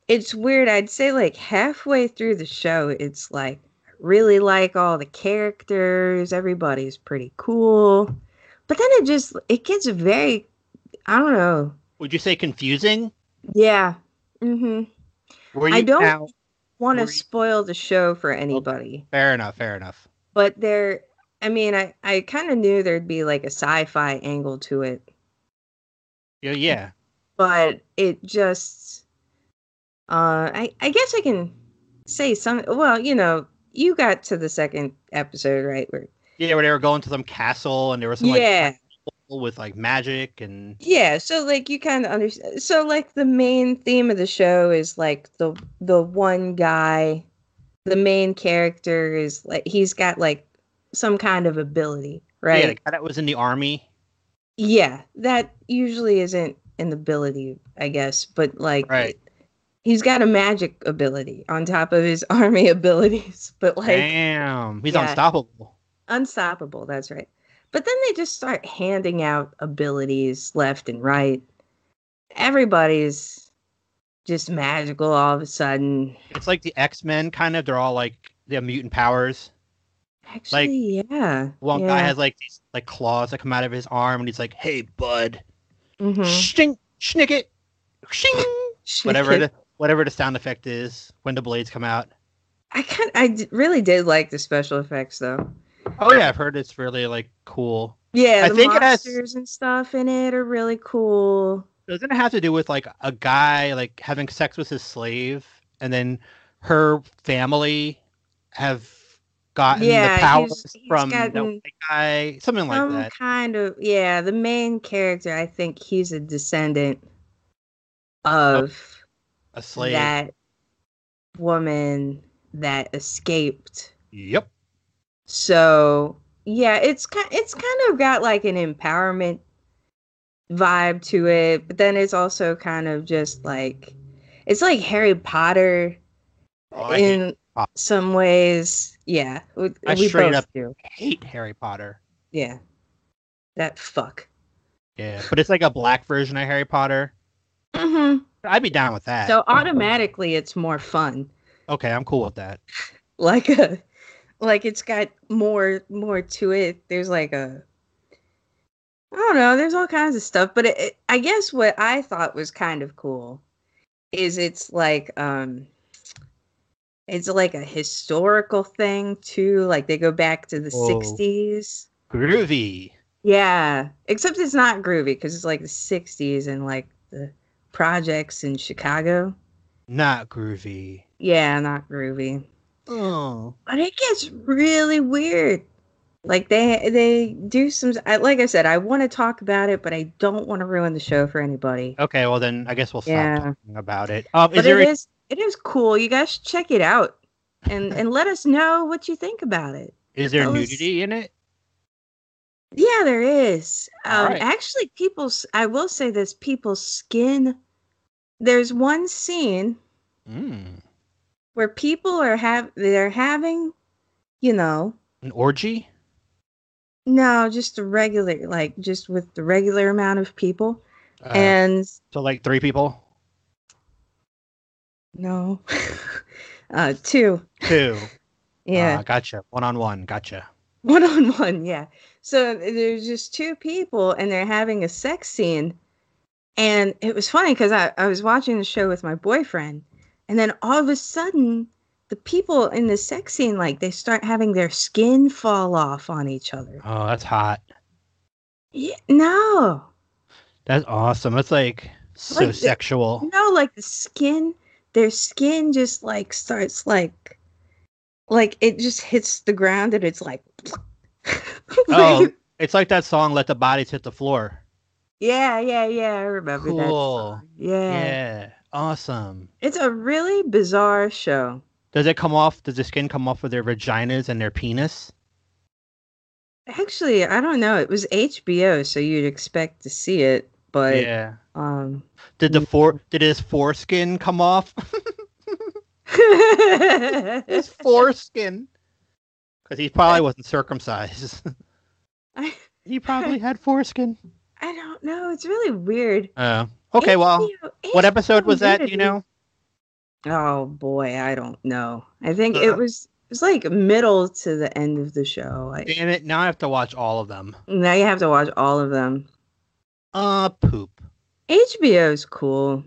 A: it's weird i'd say like halfway through the show it's like I really like all the characters everybody's pretty cool but then it just it gets very i don't know
B: Would you say confusing?
A: yeah mm-hmm
B: Were you
A: I don't-
B: now-
A: want to
B: Were you-
A: spoil the show for anybody
B: fair enough. Fair enough.
A: but there i mean i i kind of knew there'd be like a sci-fi angle to it
B: Yeah, yeah.
A: but it just uh I, I guess I can say some well, you know, you got to the second episode, right? Where
B: Yeah, where they were going to some castle and there was some like
A: yeah.
B: people with like magic and
A: Yeah, so like you kind of understand. So like the main theme of the show is like the the one guy, the main character is like he's got like some kind of ability, right?
B: yeah, the guy that was in the army.
A: Yeah, that usually isn't an ability, I guess, but like
B: Right.
A: he's got a magic ability on top of his army abilities, but like
B: Damn, he's
A: yeah.
B: unstoppable.
A: unstoppable, that's right. But then they just start handing out abilities left and right. Everybody's just magical all of a sudden.
B: It's like the X Men kind of. They're all like they have mutant powers.
A: Actually, yeah.
B: One
A: yeah.
B: guy has like these like claws that come out of his arm, and he's like, "Hey, bud,
A: Mhm.
B: shink, schnick it, shing." whatever the whatever the sound effect is when the blades come out.
A: I kind I d- really did like the special effects though.
B: Oh yeah, I've heard it's really like cool.
A: Yeah,
B: I
A: the
B: think it has-
A: monsters and stuff in it are really cool.
B: Doesn't it have to do with like a guy like having sex with his slave and then her family have gotten
A: Yeah,
B: the powers
A: he's- he's
B: from that
A: gotten
B: white guy, something like
A: Some
B: that.
A: kind of yeah, the main character, I think he's a descendant of
B: A slave.
A: that woman that escaped.
B: Yep.
A: So yeah, it's kind it's kind of got like an empowerment vibe to it, but then it's also kind of just like it's like Harry Potter
B: Oh, I hate,
A: in
B: Potter.
A: some ways. Yeah, we,
B: I
A: we
B: straight
A: both
B: up-
A: do.
B: hate Harry Potter.
A: Yeah, that fuck.
B: Yeah, but it's like a black version of Harry Potter.
A: hmm
B: I'd be down with that.
A: So automatically, it's more fun.
B: okay, I'm cool with that.
A: like a like it's got more more to it there's like a i don't know there's all kinds of stuff but it, it, i guess what i thought was kind of cool is it's like um it's like a historical thing too like they go back to the
B: Whoa.
A: 60s
B: Groovy.
A: yeah except it's not groovy because it's like the 60s and like the projects in chicago
B: Not groovy.
A: yeah not groovy
B: Oh.
A: but it gets really weird. Like they they do some. I, like I said, I want to talk about it, but I don't want to ruin the show for anybody.
B: Okay, well then I guess we'll stop
A: Yeah.
B: talking about it. Um, is
A: but
B: Oh, there
A: it
B: a-
A: is it is cool. You guys should check it out and and let us know what you think about it.
B: is there
A: tell us-
B: nudity in it?
A: Yeah, there is.
B: All
A: Um,
B: right.
A: Actually, people's I will say this: people's skin. There's one scene
B: Mm.
A: where people are have they're having, you know,
B: An orgy?
A: no, just a regular like just with the regular amount of people.
B: Uh,
A: and
B: so like three people?
A: no uh two
B: Two.
A: yeah
B: Ah, gotcha. One on one. Gotcha.
A: one on one yeah so there's just two people and they're having a sex scene and it was funny because I, I was watching the show with my boyfriend and then all of a sudden the people in the sex scene like they start having their skin fall off on each other
B: Oh, that's hot.
A: yeah, no
B: That's awesome. That's like so
A: Like the-
B: sexual.
A: No, like the skin, their skin just like starts like, like it just hits the ground and it's like,
B: Oh, it's like that song "Let the Bodies Hit the Floor."
A: yeah, yeah, yeah. I remember that.
B: Cool.
A: song. Yeah.
B: Yeah. Awesome.
A: it's a really bizarre show.
B: Does it come off? Does the skin come off of their vaginas and their penis?
A: Actually, I don't know. It was HBO, so you'd expect to see it, but
B: yeah.
A: um,
B: Did the fore? Did his foreskin come off? his foreskin. Because he probably wasn't circumcised.
A: I,
B: he probably had foreskin.
A: I don't know. It's really weird.
B: Uh, okay, well,
A: HBO
B: what episode was that? Do you
A: nudity.
B: know?
A: Oh boy, I don't know. I think
B: Uh.
A: it was it was like middle to the end of the show. Like
B: Damn it! Now I have to watch all of them.
A: now you have to watch all of them.
B: Uh, poop.
A: HBO's cool.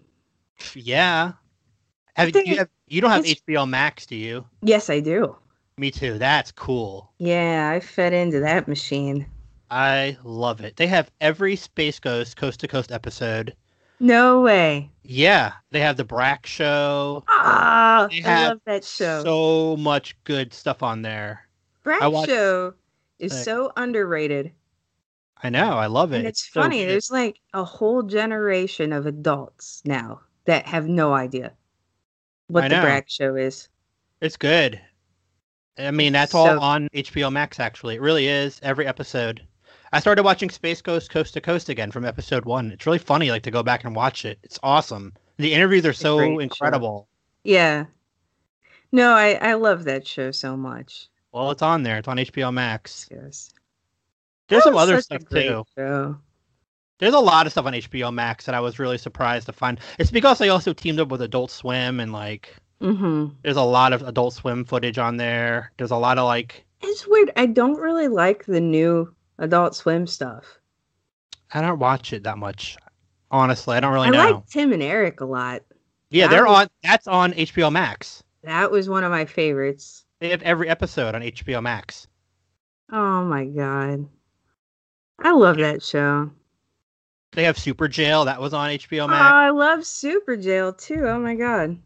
B: Yeah. Have
A: But
B: you
A: they-
B: have, you don't have
A: it's-
B: HBO Max, do you?
A: Yes, I do.
B: Me too. That's cool.
A: Yeah, I fed into that machine.
B: I love it. They have every Space Ghost Coast to Coast episode.
A: No way.
B: Yeah, they have the Brack show.
A: Ah,
B: They
A: I
B: have
A: love that show.
B: So much good stuff on there.
A: Brack
B: I watched-
A: show is
B: Like-
A: so underrated.
B: I know. I love it.
A: And it's
B: so
A: funny.
B: cute.
A: There's like a whole generation of adults now that have no idea what
B: I
A: the
B: know.
A: Brack Show is.
B: It's good. I mean, that's
A: So-
B: all on HBO Max. Actually, it really is. Every episode. I started watching Space Ghost Coast to Coast again from episode one. It's really funny, like to go back and watch it. It's awesome. The interviews are so
A: great show.
B: incredible.
A: Yeah. No, I I love that show so much.
B: Well, it's on there. It's on HBO Max.
A: Yes.
B: There's
A: That
B: some
A: was such
B: other
A: a
B: stuff
A: great
B: too.
A: Show.
B: There's a lot of stuff on HBO Max that I was really surprised to find. It's because they also teamed up with Adult Swim and like
A: hmm
B: there's a lot of Adult Swim footage on there. There's a lot of like
A: It's weird. I don't really like the new Adult Swim stuff.
B: I don't watch it that much. Honestly, Oh, I don't really
A: I
B: know.
A: like Tim and Eric a lot.
B: yeah,
A: that
B: they're
A: was-
B: on that's on HBO Max.
A: That was one of my favorites.
B: They have every episode on HBO Max.
A: Oh my god. I love that show.
B: They have Super Jail, that was on HBO
A: Oh,
B: Max.
A: I love Super Jail too. Oh my god.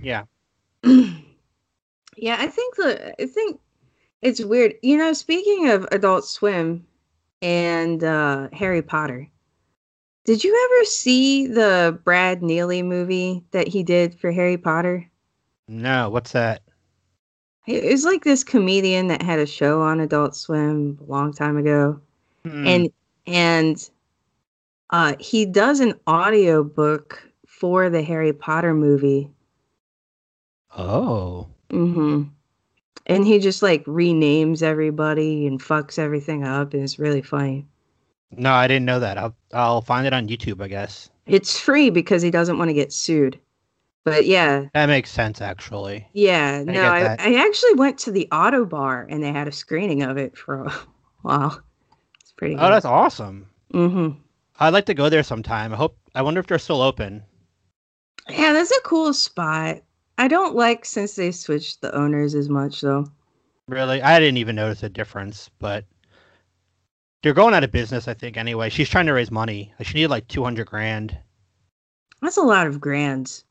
B: yeah.
A: yeah, I think the I think it's weird. You know, speaking of Adult Swim and uh Harry Potter, did you ever see the Brad Neely movie that he did for Harry Potter?
B: No, what's that?
A: It was like this comedian that had a show on Adult Swim a long time ago.
B: Hmm.
A: and and uh he does an audiobook for the harry potter movie
B: oh.
A: hmm and he just like renames everybody and fucks everything up and it's really funny
B: No, I didn't know that. I'll I'll find it on YouTube, I guess.
A: it's free because he doesn't want to get sued but yeah
B: That makes sense actually.
A: yeah no
B: get
A: I,
B: that.
A: I actually went to the auto bar and they had a screening of it for a while it's pretty
B: Oh, that's awesome.
A: hmm
B: I'd like to go there sometime. I hope. I wonder if they're still open.
A: yeah that's a cool spot i don't like since they switched the owners as much though
B: Really, I didn't even notice a difference, but they're going out of business. I think anyway. She's trying to raise money. Like, She needed like two hundred grand.
A: That's a lot of grands.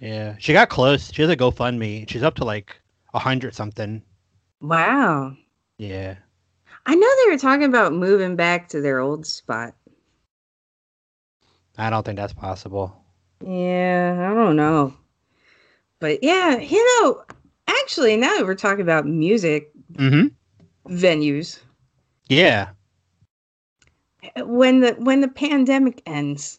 B: Yeah, she got close. She has a GoFundMe. She's up to like a hundred something.
A: Wow.
B: Yeah,
A: I know they were talking about moving back to their old spot.
B: I don't think that's possible.
A: Yeah, I don't know. But yeah, you know, actually, now that we're talking about music
B: Mm-hmm.
A: venues,
B: Yeah,
A: when the when the pandemic ends,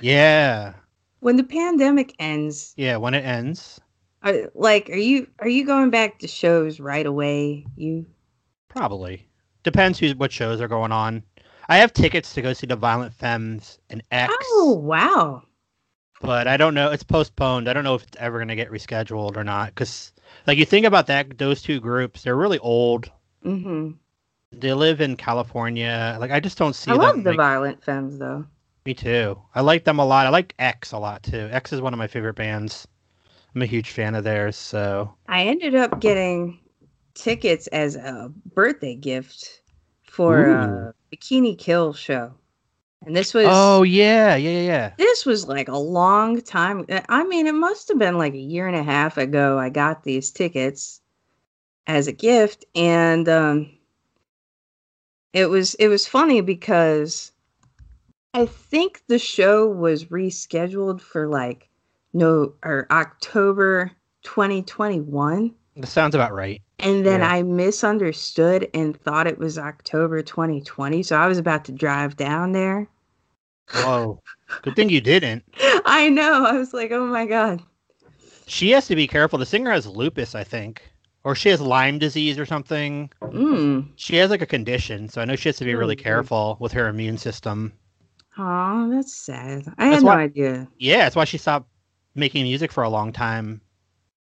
B: yeah,
A: when the pandemic ends,
B: yeah. When it ends,
A: are, like, are you are you going back to shows right away? You
B: probably depends who's what shows are going on. I have tickets to go see the Violent Femmes and X.
A: oh wow,
B: but I don't know. It's postponed. I don't know if it's ever going to get rescheduled or not. Because, like, you think about that, those two groups, they're really old.
A: mm-hmm.
B: They live in California. Like, I just don't see
A: I
B: them.
A: love the
B: like-
A: Violent Femmes though.
B: me too. I like them a lot. I like X a lot too. X is one of my favorite bands. I'm a huge fan of theirs. So,
A: I ended up getting tickets as a birthday gift for a Bikini Kill show. And this was
B: oh yeah, yeah, yeah, yeah.
A: this was like a long time. uh, I mean, it must have been like a year and a half ago I got these tickets as a gift and um it was it was funny because I think the show was rescheduled for like no or October 2021.
B: That sounds about right.
A: And then
B: Yeah.
A: I misunderstood and thought it was October 2020. So I was about to drive down there.
B: Whoa, good thing you didn't.
A: I know. I was like, oh my God.
B: She has to be careful. The singer has lupus, I think, or she has Lyme disease or something.
A: Mm.
B: She has like a condition, so I know she has to be really
A: Mhm.
B: careful with her immune system.
A: Oh, that's sad. I
B: That's
A: had no
B: why-
A: idea.
B: Yeah, that's why she stopped making music for a long time.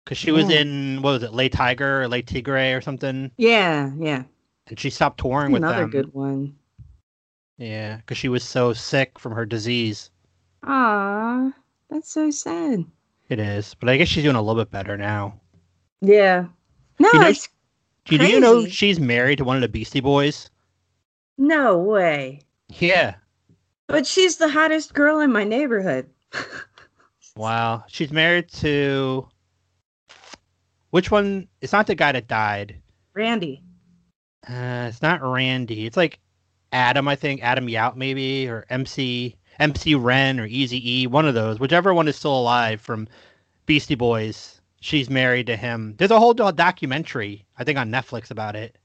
B: Cause she was
A: Yeah.
B: in what was it, Lay Tiger or Lay Tigre or something,
A: Yeah. Yeah.
B: and she stopped touring with
A: Another
B: them.
A: good one.
B: Yeah, because she was so sick from her disease.
A: Aw, that's so sad.
B: It is, but I guess she's doing a little bit better now.
A: Yeah. No,
B: You know-
A: it's
B: Do you know
A: Crazy.
B: she's married to one of the Beastie Boys?
A: no way.
B: Yeah.
A: But she's the hottest girl in my neighborhood.
B: Wow. She's married to which one? It's not the guy that died.
A: Randy.
B: Uh, it's not Randy. It's like Adam, I think Adam Yout maybe or MC MC Ren or Easy E, one of those, whichever one is still alive from Beastie Boys. She's married to him. There's a whole do- documentary I think on Netflix about it.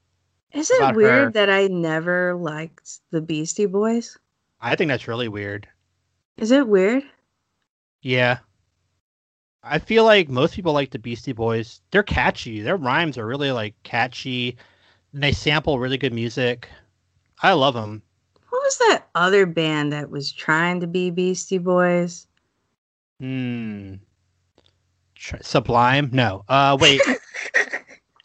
A: Is it
B: About
A: weird
B: her.
A: that I never liked the Beastie Boys?
B: I think that's really weird.
A: Is it weird?
B: Yeah. I feel like most people like the Beastie Boys. They're catchy. Their rhymes are really like catchy. And they sample really good music. I love them.
A: What was that other band that was trying to be Beastie Boys?
B: Hmm. Tr- Sublime? No. Uh wait.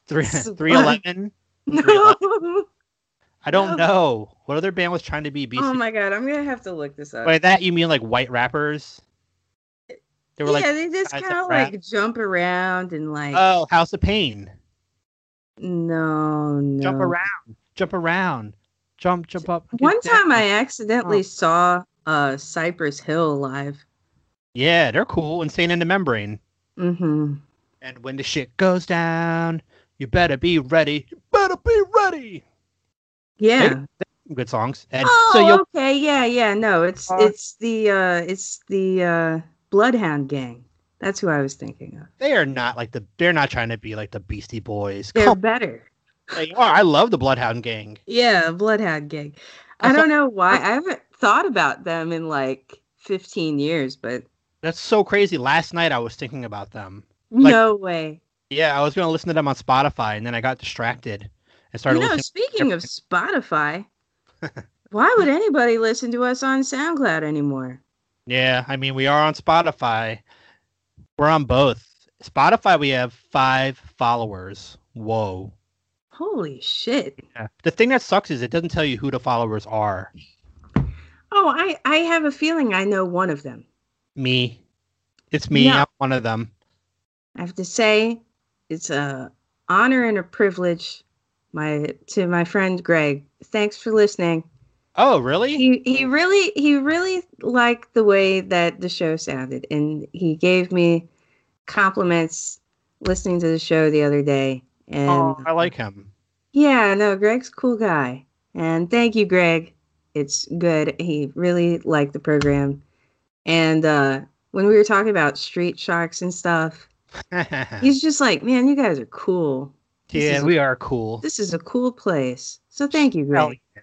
B: Three
A: Sublime.
B: three eleven.
A: No.
B: I don't
A: No.
B: know. What other band was trying to be Beastie?
A: Oh my god, I'm gonna have to look this up.
B: By that you mean like white rappers? They were
A: yeah,
B: like,
A: they just
B: guys that
A: kind of
B: rap.
A: like jump around and like
B: oh, House of Pain.
A: no, no.
B: Jump around, jump around, jump, jump up. get
A: One time
B: down.
A: I accidentally
B: Oh.
A: saw uh Cypress Hill live.
B: Yeah, they're cool. Insane in the membrane.
A: Mm-hmm.
B: And when the shit goes down, you better be ready. You better be ready.
A: Yeah.
B: Good songs. And
A: oh,
B: so you'll
A: okay. Yeah, yeah. No, it's
B: Uh,
A: it's the uh it's the uh Bloodhound Gang. That's who I was thinking of.
B: they are not like the they're not trying to be like the Beastie Boys.
A: They're
B: Come,
A: better.
B: they are. I love the Bloodhound Gang.
A: Yeah, Bloodhound Gang. I
B: Also-
A: don't know why. I haven't thought about them in like 15 years, but
B: That's so crazy. Last night I was thinking about them.
A: no way.
B: Yeah, I was gonna listen to them on Spotify and then I got distracted and started
A: You know,
B: listening.
A: speaking of Spotify, why would anybody listen to us on SoundCloud anymore?
B: Yeah, I mean we are on Spotify. We're on both. Spotify we have five followers. Whoa.
A: Holy shit.
B: Yeah. The thing that sucks is it doesn't tell you who the followers are.
A: Oh, I I have a feeling I know one of them.
B: Me. It's me.
A: Yeah.
B: I'm one of them.
A: I have to say, it's a honor and a privilege. My to my friend Greg. Thanks for listening.
B: Oh, really?
A: He he really he really liked the way that the show sounded, and he gave me compliments listening to the show the other day. And
B: Oh, I like him.
A: Yeah, no, Greg's a cool guy. And thank you, Greg. It's good. He really liked the program. And uh when we were talking about street sharks and stuff,
B: yeah,
A: he's just like, Man, you guys are cool. this is-
B: we are cool.
A: This is a cool place. So thank you,
B: Hell
A: Greg.
B: yeah.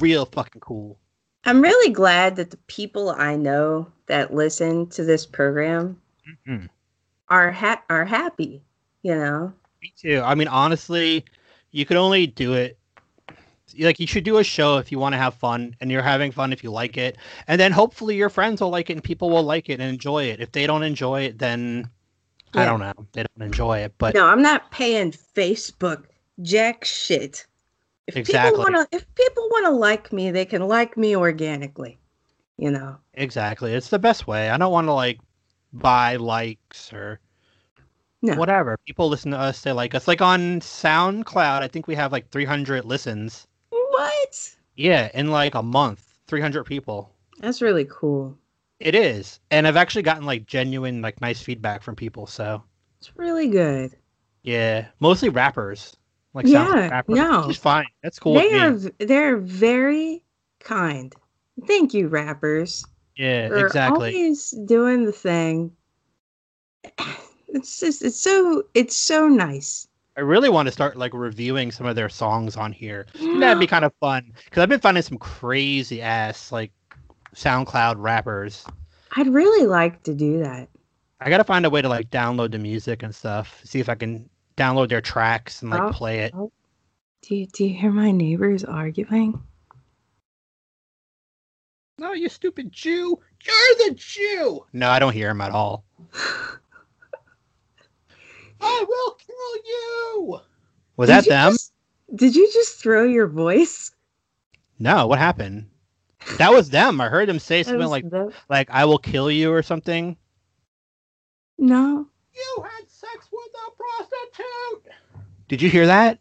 B: Real fucking cool.
A: I'm really glad that the people I know that listen to this program
B: Mhm.
A: are ha- are happy, you know.
B: Me too. I mean, honestly, you could only do it. Like, you should do a show if you want to have fun, and you're having fun if you like it. And then hopefully your friends will like it, and people will like it and enjoy it. If they don't enjoy it, then I
A: Yeah.
B: don't know. They don't enjoy it. But
A: no, I'm not paying Facebook jack shit. If
B: Exactly.
A: people want to, if people want to like me, they can like me organically. You know,
B: Exactly. It's the best way. I don't want to like buy likes or
A: No.
B: whatever. People listen to us, they like us. Like on SoundCloud, I think we have like 300 listens.
A: what?
B: Yeah, in like a month, 300 people.
A: That's really cool.
B: It is. And I've actually gotten like genuine, like nice feedback from people. So
A: It's really good.
B: yeah, mostly rappers. Like
A: Yeah,
B: SoundCloud rappers.
A: no.
B: Which is fine. That's cool. with
A: they
B: me.
A: are v- they're very kind. Thank you, rappers,
B: yeah,
A: for
B: exactly.
A: always doing the thing. It's just it's so it's so nice.
B: I really want to start like reviewing some of their songs on here. That'd be kind of fun because I've been finding some crazy ass like SoundCloud rappers.
A: I'd really like to do that.
B: I gotta find a way to like download the music and stuff. See if I can download their tracks and like
A: Oh.
B: play it.
A: Do you, do you hear my neighbors arguing?
B: No, you stupid Jew! You're the Jew. No, I don't hear him at all. I will kill you. Was
A: Did
B: that
A: you
B: them?
A: just- did you just throw your voice?
B: No. What happened? That was them. I heard them say
A: That
B: something
A: was
B: like
A: the-
B: like I will kill you or something.
A: no.
B: You had sex with a prostitute. Did you hear that?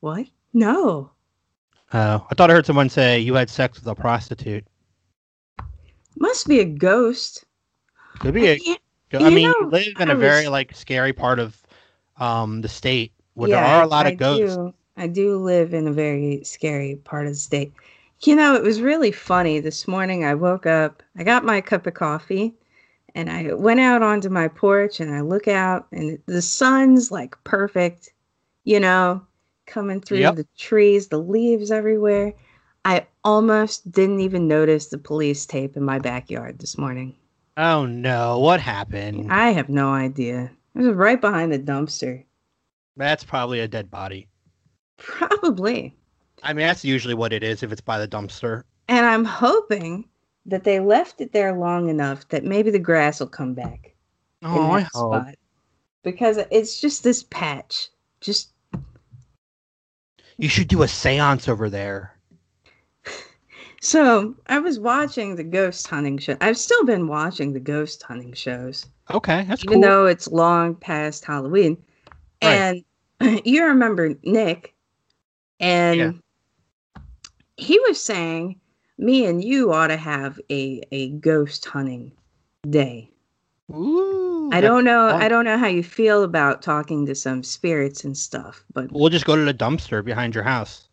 A: What? No.
B: Oh, I thought I heard someone say you had sex with a prostitute.
A: Must be a ghost.
B: Could
A: I
B: be. A,
A: can't-
B: I
A: you
B: mean, you
A: know,
B: live in a
A: I
B: very
A: was-
B: like scary part of um the state where
A: Yeah,
B: there are
A: I-
B: a lot
A: I
B: of ghosts.
A: Do, I do live in a very scary part of the state. You know, it was really funny. This morning I woke up, I got my cup of coffee, and I went out onto my porch and I look out and the sun's like perfect, you know, coming through
B: Yep.
A: the trees, the leaves everywhere. I almost didn't even notice the police tape in my backyard this morning.
B: Oh no, what happened?
A: I have no idea. It was right behind the dumpster.
B: That's probably a dead body.
A: Probably.
B: I mean, that's usually what it is if it's by the dumpster.
A: And I'm hoping that they left it there long enough that maybe the grass will come back. in
B: Oh, I
A: that
B: hope.
A: spot. Because it's just this patch. Just
B: You should do a séance over there.
A: so I was watching the ghost hunting show. I've still been watching the ghost hunting shows,
B: Okay, that's
A: even
B: cool.
A: though it's long past Halloween.
B: Right.
A: And you remember Nick, and
B: Yeah.
A: he was saying, "Me and you ought to have a a ghost hunting day."
B: Ooh,
A: I don't know.
B: fun.
A: I don't know how you feel about talking to some spirits and stuff, but
B: We'll just go to the dumpster behind your house.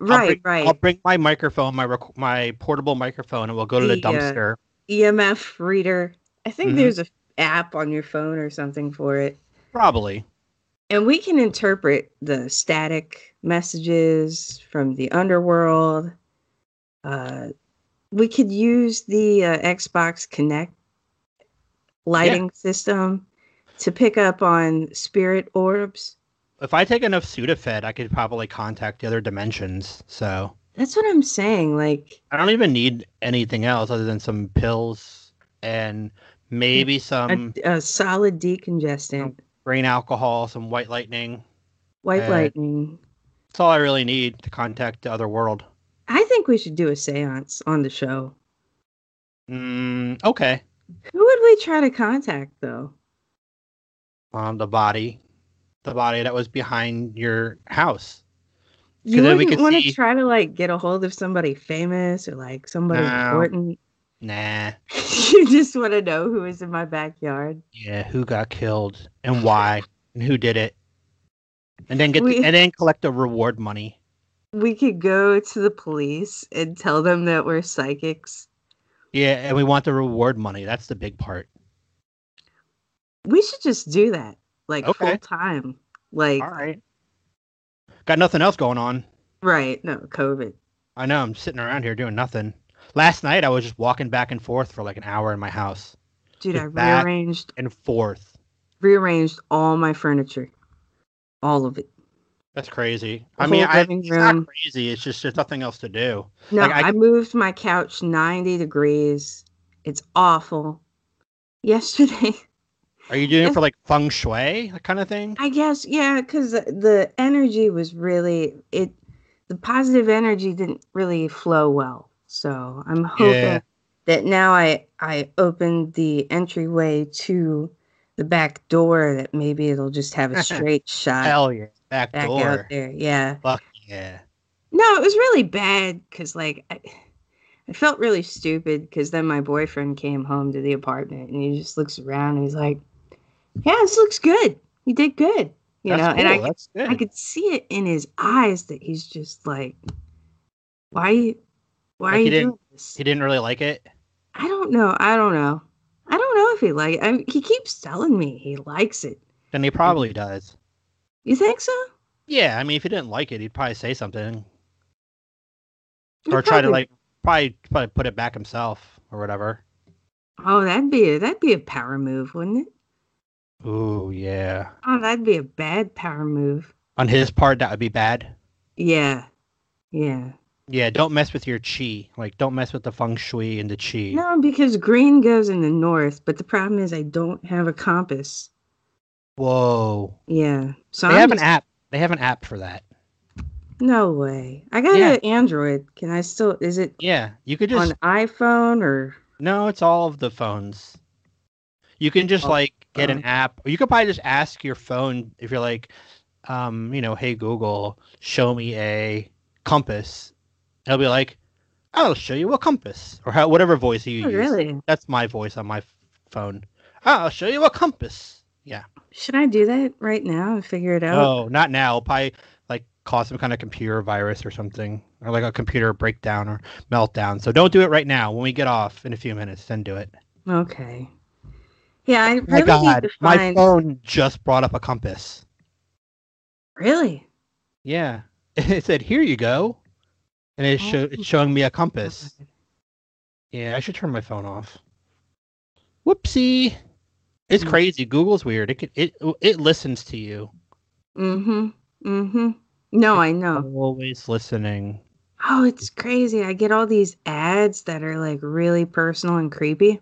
A: right,
B: bring-
A: right.
B: I'll bring my microphone, my rec- my portable microphone, and we'll go to the
A: The, uh,
B: dumpster.
A: EMF reader. I think
B: Mhm.
A: there's a app on your phone or something for it.
B: Probably.
A: And we can interpret the static messages from the underworld. Uh, we could use the uh, Xbox Connect lighting system to pick up on spirit orbs.
B: If I take enough Sudafed, I could probably contact the other dimensions. So
A: That's what I'm saying. Like,
B: I don't even need anything else other than some pills and maybe
A: a-
B: some
A: a, solid decongestant,
B: brain alcohol, some white lightning.
A: white
B: uh,
A: lightning.
B: That's all I really need to contact the other world.
A: I think we should do a seance on the show.
B: Mm, okay.
A: Who would we try to contact though?
B: Um, the body, the body that was behind your house.
A: You
B: then we
A: wouldn't
B: could
A: want
B: see-
A: to try to like get a hold of somebody famous or like somebody
B: No.
A: important.
B: Nah.
A: you just want to know who is in my backyard.
B: Yeah. Who got killed and why and who did it, and then get
A: We-
B: the, and then collect the reward money.
A: We could go to the police and tell them that we're psychics.
B: Yeah, and we want the reward money. That's the big part.
A: We should just do that like
B: Okay.
A: full time. Like
B: All right. Got nothing else going on.
A: right, no COVID.
B: I know I'm sitting around here doing nothing. Last night I was just walking back and forth for like an hour in my house
A: Dude,
B: With
A: I
B: that-
A: rearranged
B: and forth.
A: rearranged all my furniture. All of it.
B: That's crazy.
A: The
B: I mean,
A: whole
B: I,
A: living
B: it's not
A: room.
B: crazy. It's just there's nothing else to do.
A: No,
B: Like, I-
A: I, moved my couch 90 degrees. It's awful. Yesterday,
B: Are you doing it
A: Yes.
B: for like feng shui that kind of thing?
A: I guess, yeah, because the energy was really it. The positive energy didn't really flow well. So I'm hoping
B: Yeah.
A: that now I I opened the entryway to the back door that maybe it'll just have a straight shot
B: Hell yeah, back,
A: back out
B: door.
A: there. Yeah.
B: Fuck yeah.
A: No, it was really bad because like I, I felt really stupid because then my boyfriend came home to the apartment and he just looks around and he's like, "Yeah, this looks good. You did good." You
B: That's
A: know,
B: cool.
A: and I
B: That's good.
A: I could see it in his eyes that he's just like, "Why, you- why
B: Like
A: are
B: he
A: you
B: didn't-
A: doing this?"
B: He didn't really like it.
A: I don't know. I don't know. I don't know if he like. I he keeps telling me he likes it.
B: Then he probably does.
A: You think so?
B: Yeah, I mean, if he didn't like it, he'd probably say something
A: You're
B: or try to
A: probably-
B: like probably probably put it back himself or whatever.
A: Oh, that'd be a, that'd be a power move, wouldn't it?
B: Ooh, yeah.
A: Oh, that'd be a bad power move.
B: On his part, that would be bad.
A: Yeah. Yeah.
B: Yeah, don't mess with your chi. Like, don't mess with the feng shui and the chi.
A: No, because green goes in the north, but the problem is I don't have a compass.
B: Whoa.
A: Yeah. So
B: They
A: I'm
B: have
A: just,
B: an app. They have an app for that.
A: no way. I got
B: Yeah.
A: an Android. Can I still is it
B: Yeah, you could just
A: on iPhone or
B: No, it's all of the phones. You can just
A: Oh,
B: like get an
A: phone.
B: app. You could probably just ask your phone if you're like, um, you know, hey Google, show me a compass. It'll be like, I'll show you a compass, or how, whatever voice you
A: Oh,
B: use.
A: really?
B: That's my voice on my f- phone. "Ah, I'll show you a compass. Yeah.
A: Should I do that right now and figure it out?
B: No, not now. Probably like a cause some kind of computer virus or something, or like a computer breakdown or meltdown. So don't do it right now. When we get off in a few minutes, then do it.
A: Okay. Yeah, I
B: Oh. My
A: really need
B: God,
A: to
B: my
A: find.
B: phone just brought up a compass. Oh
A: Really? Oh
B: Yeah, it said, "Here you go," and it
A: Oh.
B: sho- it's showing me a compass. Yeah, I should turn my phone off. Whoopsie. It's
A: Mm.
B: crazy. Google's weird. It can, it it listens to you.
A: Mm-hmm. Mm-hmm. No, I
B: Oh.
A: know.
B: Always listening.
A: Oh, it's crazy. I get all these ads that are like really personal and creepy.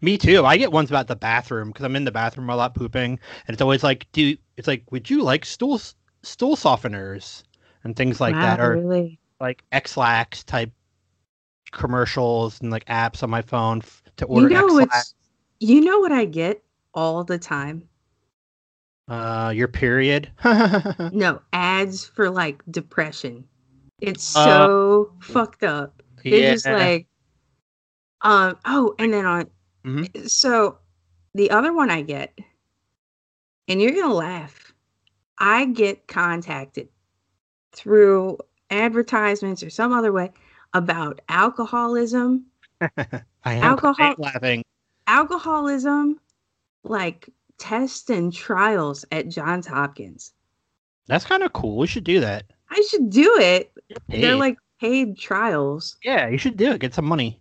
B: Me too. I get ones about the bathroom because I'm in the bathroom a lot pooping, and it's always like, do it's like, would you like stool s- stool softeners and things like that,
A: Wow,
B: or
A: really.
B: like Xlax type commercials and like apps on my phone f- to order
A: You know
B: Xlax.
A: it's you know what I get all the time?
B: Uh, your period.
A: No, ads for like depression. It's
B: Uh,
A: so fucked up. They're just like, um, oh, and then on.
B: Mhm.
A: So the other one I get, and you're gonna laugh. I get contacted through advertisements or some other way about alcoholism,
B: I am
A: alcohol-
B: I am laughing.
A: alcoholism, like tests and trials at Johns Hopkins.
B: That's kind of cool. We should do that.
A: I should do it.
B: Hey.
A: They're like paid trials.
B: yeah, you should do it. Get some money.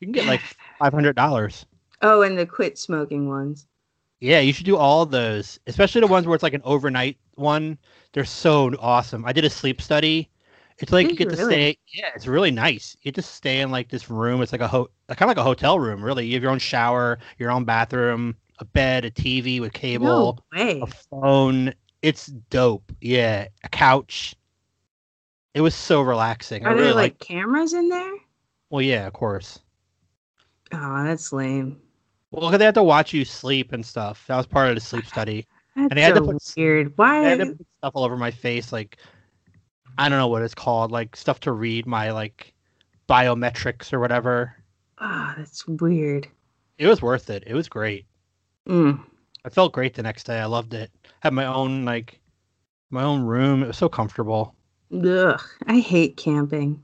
B: You can get like five hundred dollars.
A: oh, and the quit smoking ones.
B: Yeah, you should do all of those, especially the ones where it's like an overnight one. They're so awesome. I did a sleep study. It's like you
A: Did
B: get
A: you
B: to
A: really?
B: stay. Yeah, it's really nice. You just stay in like this room. It's like a ho- kind of like a hotel room, really. You have your own shower, your own bathroom, a bed, a TV with cable,
A: no way.
B: a phone. It's dope. Yeah, a couch. It was so relaxing. I
A: Are
B: really
A: there like
B: like.
A: cameras in there?
B: Well, yeah, of course.
A: Oh, that's lame.
B: Well, 'cause they had to watch you sleep and stuff. That was part of the sleep study.
A: That's
B: they had to
A: so
B: put s-
A: weird. Why?
B: I had to put stuff all over my face, like I don't know what it's called, like stuff to read my like biometrics or whatever.
A: Oh, that's weird.
B: It was worth it. It was great.
A: Mm.
B: I felt great the next day. I loved it. Had my own like my own room. It was so comfortable.
A: Ugh, I hate camping.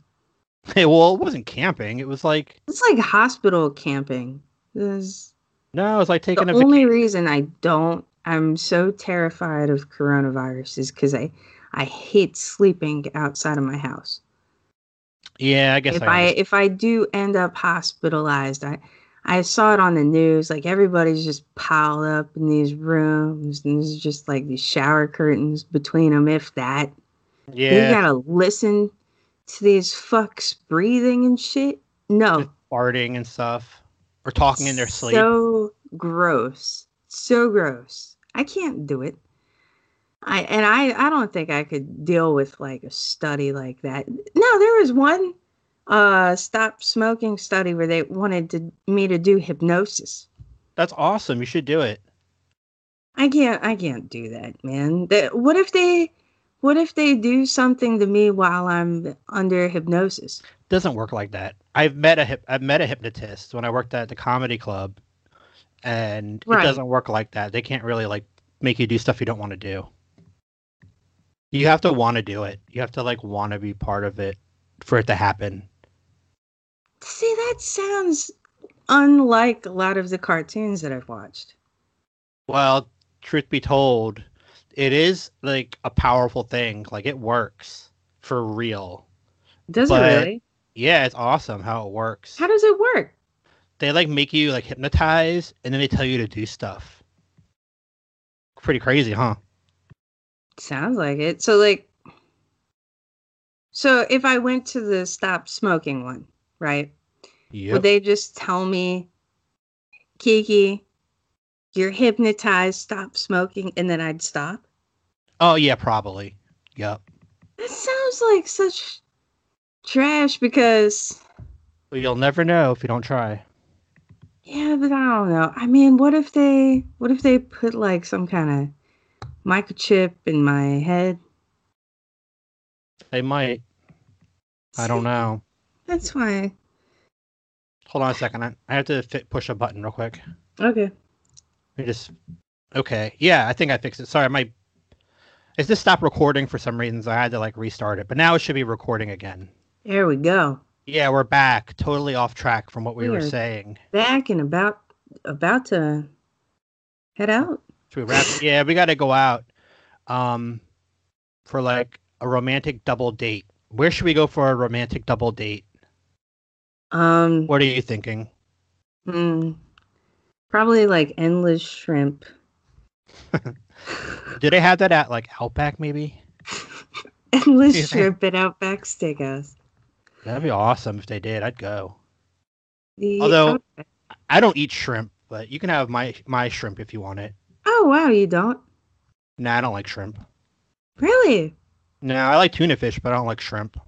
B: Hey, well, it wasn't camping. It was like
A: It's like hospital camping. This is
B: no, it was like taking
A: the
B: a vacation.
A: only reason I don't. I'm so terrified of coronavirus is because I, I hate sleeping outside of my house.
B: Yeah, I guess
A: if
B: I.
A: I
B: understand.
A: if I do end up hospitalized, I I saw it on the news. Like everybody's just piled up in these rooms, and there's just like these shower curtains between them, if that. And
B: yeah,
A: You gotta listen to these fucks breathing and shit. No,
B: farting and stuff, or talking in their sleep.
A: so gross, so gross. I can't do it. I and I I don't think I could deal with like a study like that. No, there was one uh stop smoking study where they wanted to, me to do hypnosis.
B: That's awesome. You should do it.
A: I can't I can't do that, man. That, what if they what if they do something to me while I'm under hypnosis?
B: doesn't work like that. I've met a hyp- I've met a hypnotist when I worked at the comedy club, and
A: Right.
B: it doesn't work like that. They can't really like make you do stuff you don't want to do. You have to want to do it. You have to like want to be part of it for it to happen.
A: See, that sounds unlike a lot of the cartoons that I've watched.
B: Well, truth be told, it is like a powerful thing. Like it works for real.
A: Does
B: But-
A: it really?
B: Yeah, it's awesome how it works.
A: How does it work?
B: they like make you like hypnotize, and then they tell you to do stuff. Pretty crazy, huh?
A: Sounds like it. So like so if I went to the stop smoking one, right?
B: Yeah.
A: Would they just tell me Kiki, you're hypnotized, stop smoking and then I'd stop?
B: Oh yeah, probably. Yep.
A: That sounds like such trash because
B: Well, you'll never know if you don't try.
A: yeah, but I don't know. I mean, what if they what if they put like some kind of microchip in my head?
B: They might. I don't
A: See,
B: know.
A: That's why.
B: Hold on a second. I, I have to fit, push a button real quick.
A: Okay.
B: Let me just. Okay. Yeah, I think I fixed it. Sorry, my It just stopped recording for some reasons. I had to like restart it, but now it should be recording again.
A: There we go.
B: Yeah, we're back, totally off track from what we were
A: Weird.
B: saying.
A: Back and about about to head out.
B: Should we wrap? it? yeah, we got to go out um, for like a romantic double date. Where should we go for a romantic double date?
A: Um,
B: What are you thinking?
A: mm, probably like endless shrimp.
B: Do they have that at like Outback? Maybe
A: Endless
B: Yeah.
A: shrimp at Outback Steakhouse.
B: that'd be awesome if they did. I'd go.
A: The
B: Although- I don't eat shrimp, but you can have my my shrimp if you want it.
A: oh wow, you don't
B: Nah, I don't like shrimp.
A: really?
B: No, I like tuna fish, but I don't like shrimp.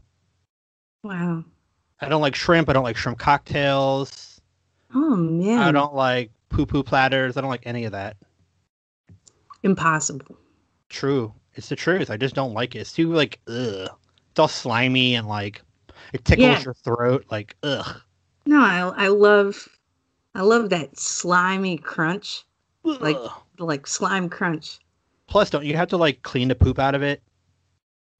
A: Wow.
B: I don't like shrimp. I don't like shrimp cocktails.
A: Oh man,
B: I don't like poo poo platters. I don't like any of that.
A: impossible.
B: True. It's the truth. I just don't like it. It's too like ugh. It's all slimy and like it tickles
A: Yeah.
B: your throat. Like ugh.
A: No, I I love I love that slimy crunch, Like-
B: Ugh.
A: like slime crunch.
B: plus, don't you have to like clean the poop out of it?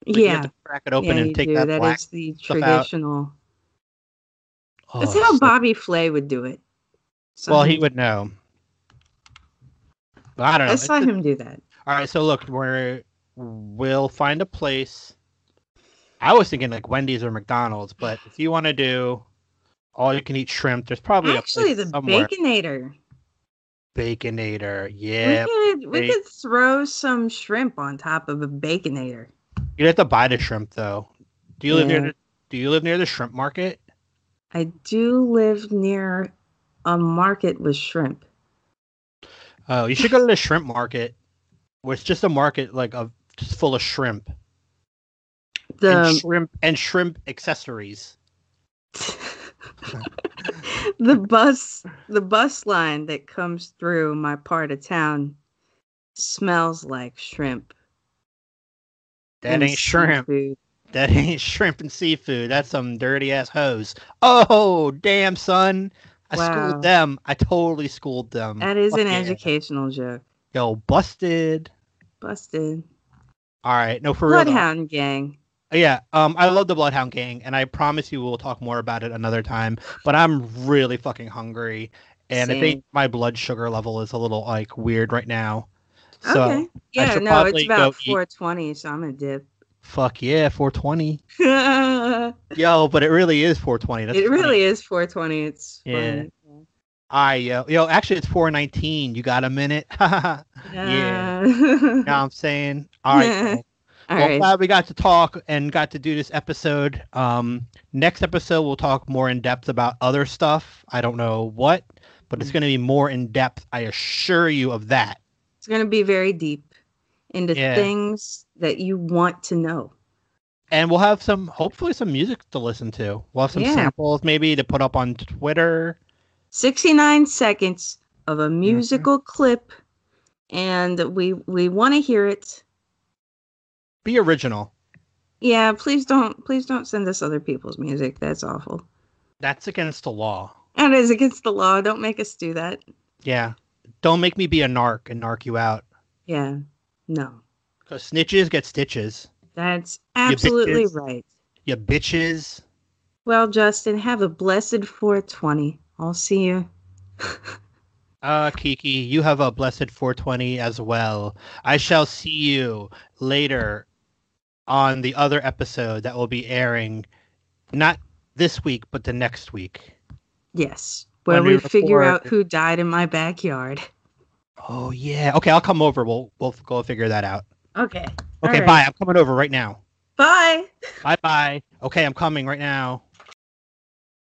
B: Like, You
A: yeah,
B: have to crack it open
A: yeah,
B: and
A: you
B: take
A: do.
B: that,
A: That
B: black.
A: is the
B: stuff out.
A: traditional.
B: Oh,
A: That's how
B: it's like-
A: Bobby Flay would do it. So
B: well, he would know. But I don't know.
A: I
B: It's
A: saw
B: just-
A: him do that.
B: All right, so look, we're we'll find a place. I was thinking like Wendy's or McDonald's, but if you want to do all you can eat shrimp, there's probably
A: Actually,
B: a place
A: the
B: somewhere.
A: Baconator.
B: Baconator, yeah.
A: we could we
B: great.
A: could throw some shrimp on top of a Baconator.
B: You'd have to buy the shrimp though. Do you live near?
A: Yeah.
B: The, do you live near the shrimp market?
A: I do live near a market with shrimp.
B: Oh, you should go to the shrimp market, where it's just a market like of just full of shrimp and
A: The
B: shrimp and shrimp accessories.
A: the bus the bus line that comes through my part of town smells like shrimp.
B: That
A: and
B: ain't shrimp.
A: seafood.
B: That ain't shrimp and seafood. That's some dirty ass hose. Oh, damn, son. I
A: Wow.
B: schooled them. I totally schooled them.
A: That is
B: Mm, Fuck
A: an
B: yeah.
A: educational joke.
B: Yo, busted.
A: Busted.
B: All right. No, for real. though.
A: Bloodhound gang.
B: Yeah. Um, I love the Bloodhound Gang, and I promise you we'll talk more about it another time. But I'm really fucking hungry. And I
A: Same.
B: think my blood sugar level is a little like weird right now. So
A: okay. Yeah,
B: should
A: no, it's
B: probably
A: about
B: go eat-
A: 420, so I'm a dip.
B: fuck yeah, 420.
A: it
B: Yo, but it really is 420. That's funny.
A: really is 420. It's
B: Yeah.
A: funny.
B: I yo yo actually it's 419. You got a minute? Yeah. know what I'm saying? All right. y'all.
A: All
B: well,
A: right.
B: glad we got to talk and got to do this episode. Um, next episode we'll talk more in depth about other stuff. I don't know what, but
A: Mm.
B: it's going to be more in depth. I assure you of that.
A: It's going to be very deep into
B: Yeah.
A: things that you want to know.
B: And we'll have some, hopefully, some music to listen to. We'll have some
A: Yeah.
B: samples maybe to put up on Twitter.
A: 69 seconds of
B: Mm-hmm.
A: a musical clip and we we want to hear it.
B: Be original.
A: Yeah, please don't please don't send us other people's music. That's awful.
B: That's against the law.
A: That is against the law. Don't make us do that.
B: Yeah. Don't make me be a narc and narc you out.
A: Yeah. No.
B: Because snitches get stitches.
A: That's absolutely
B: bitches.
A: right.
B: You bitches.
A: Well, Justin, have a blessed 420. I'll see you.
B: Uh, Kiki, you have a blessed 420 as well. I shall see you later on the other episode that will be airing not this week, but the next week.
A: Yes. Where
B: When we
A: we figure
B: record-
A: out who died in my backyard.
B: Oh, yeah. Okay, I'll come over. We'll we'll go figure that out.
A: Okay.
B: Okay,
A: Alright.
B: bye. I'm coming over right now.
A: Bye.
B: Bye bye. Okay, I'm coming right now.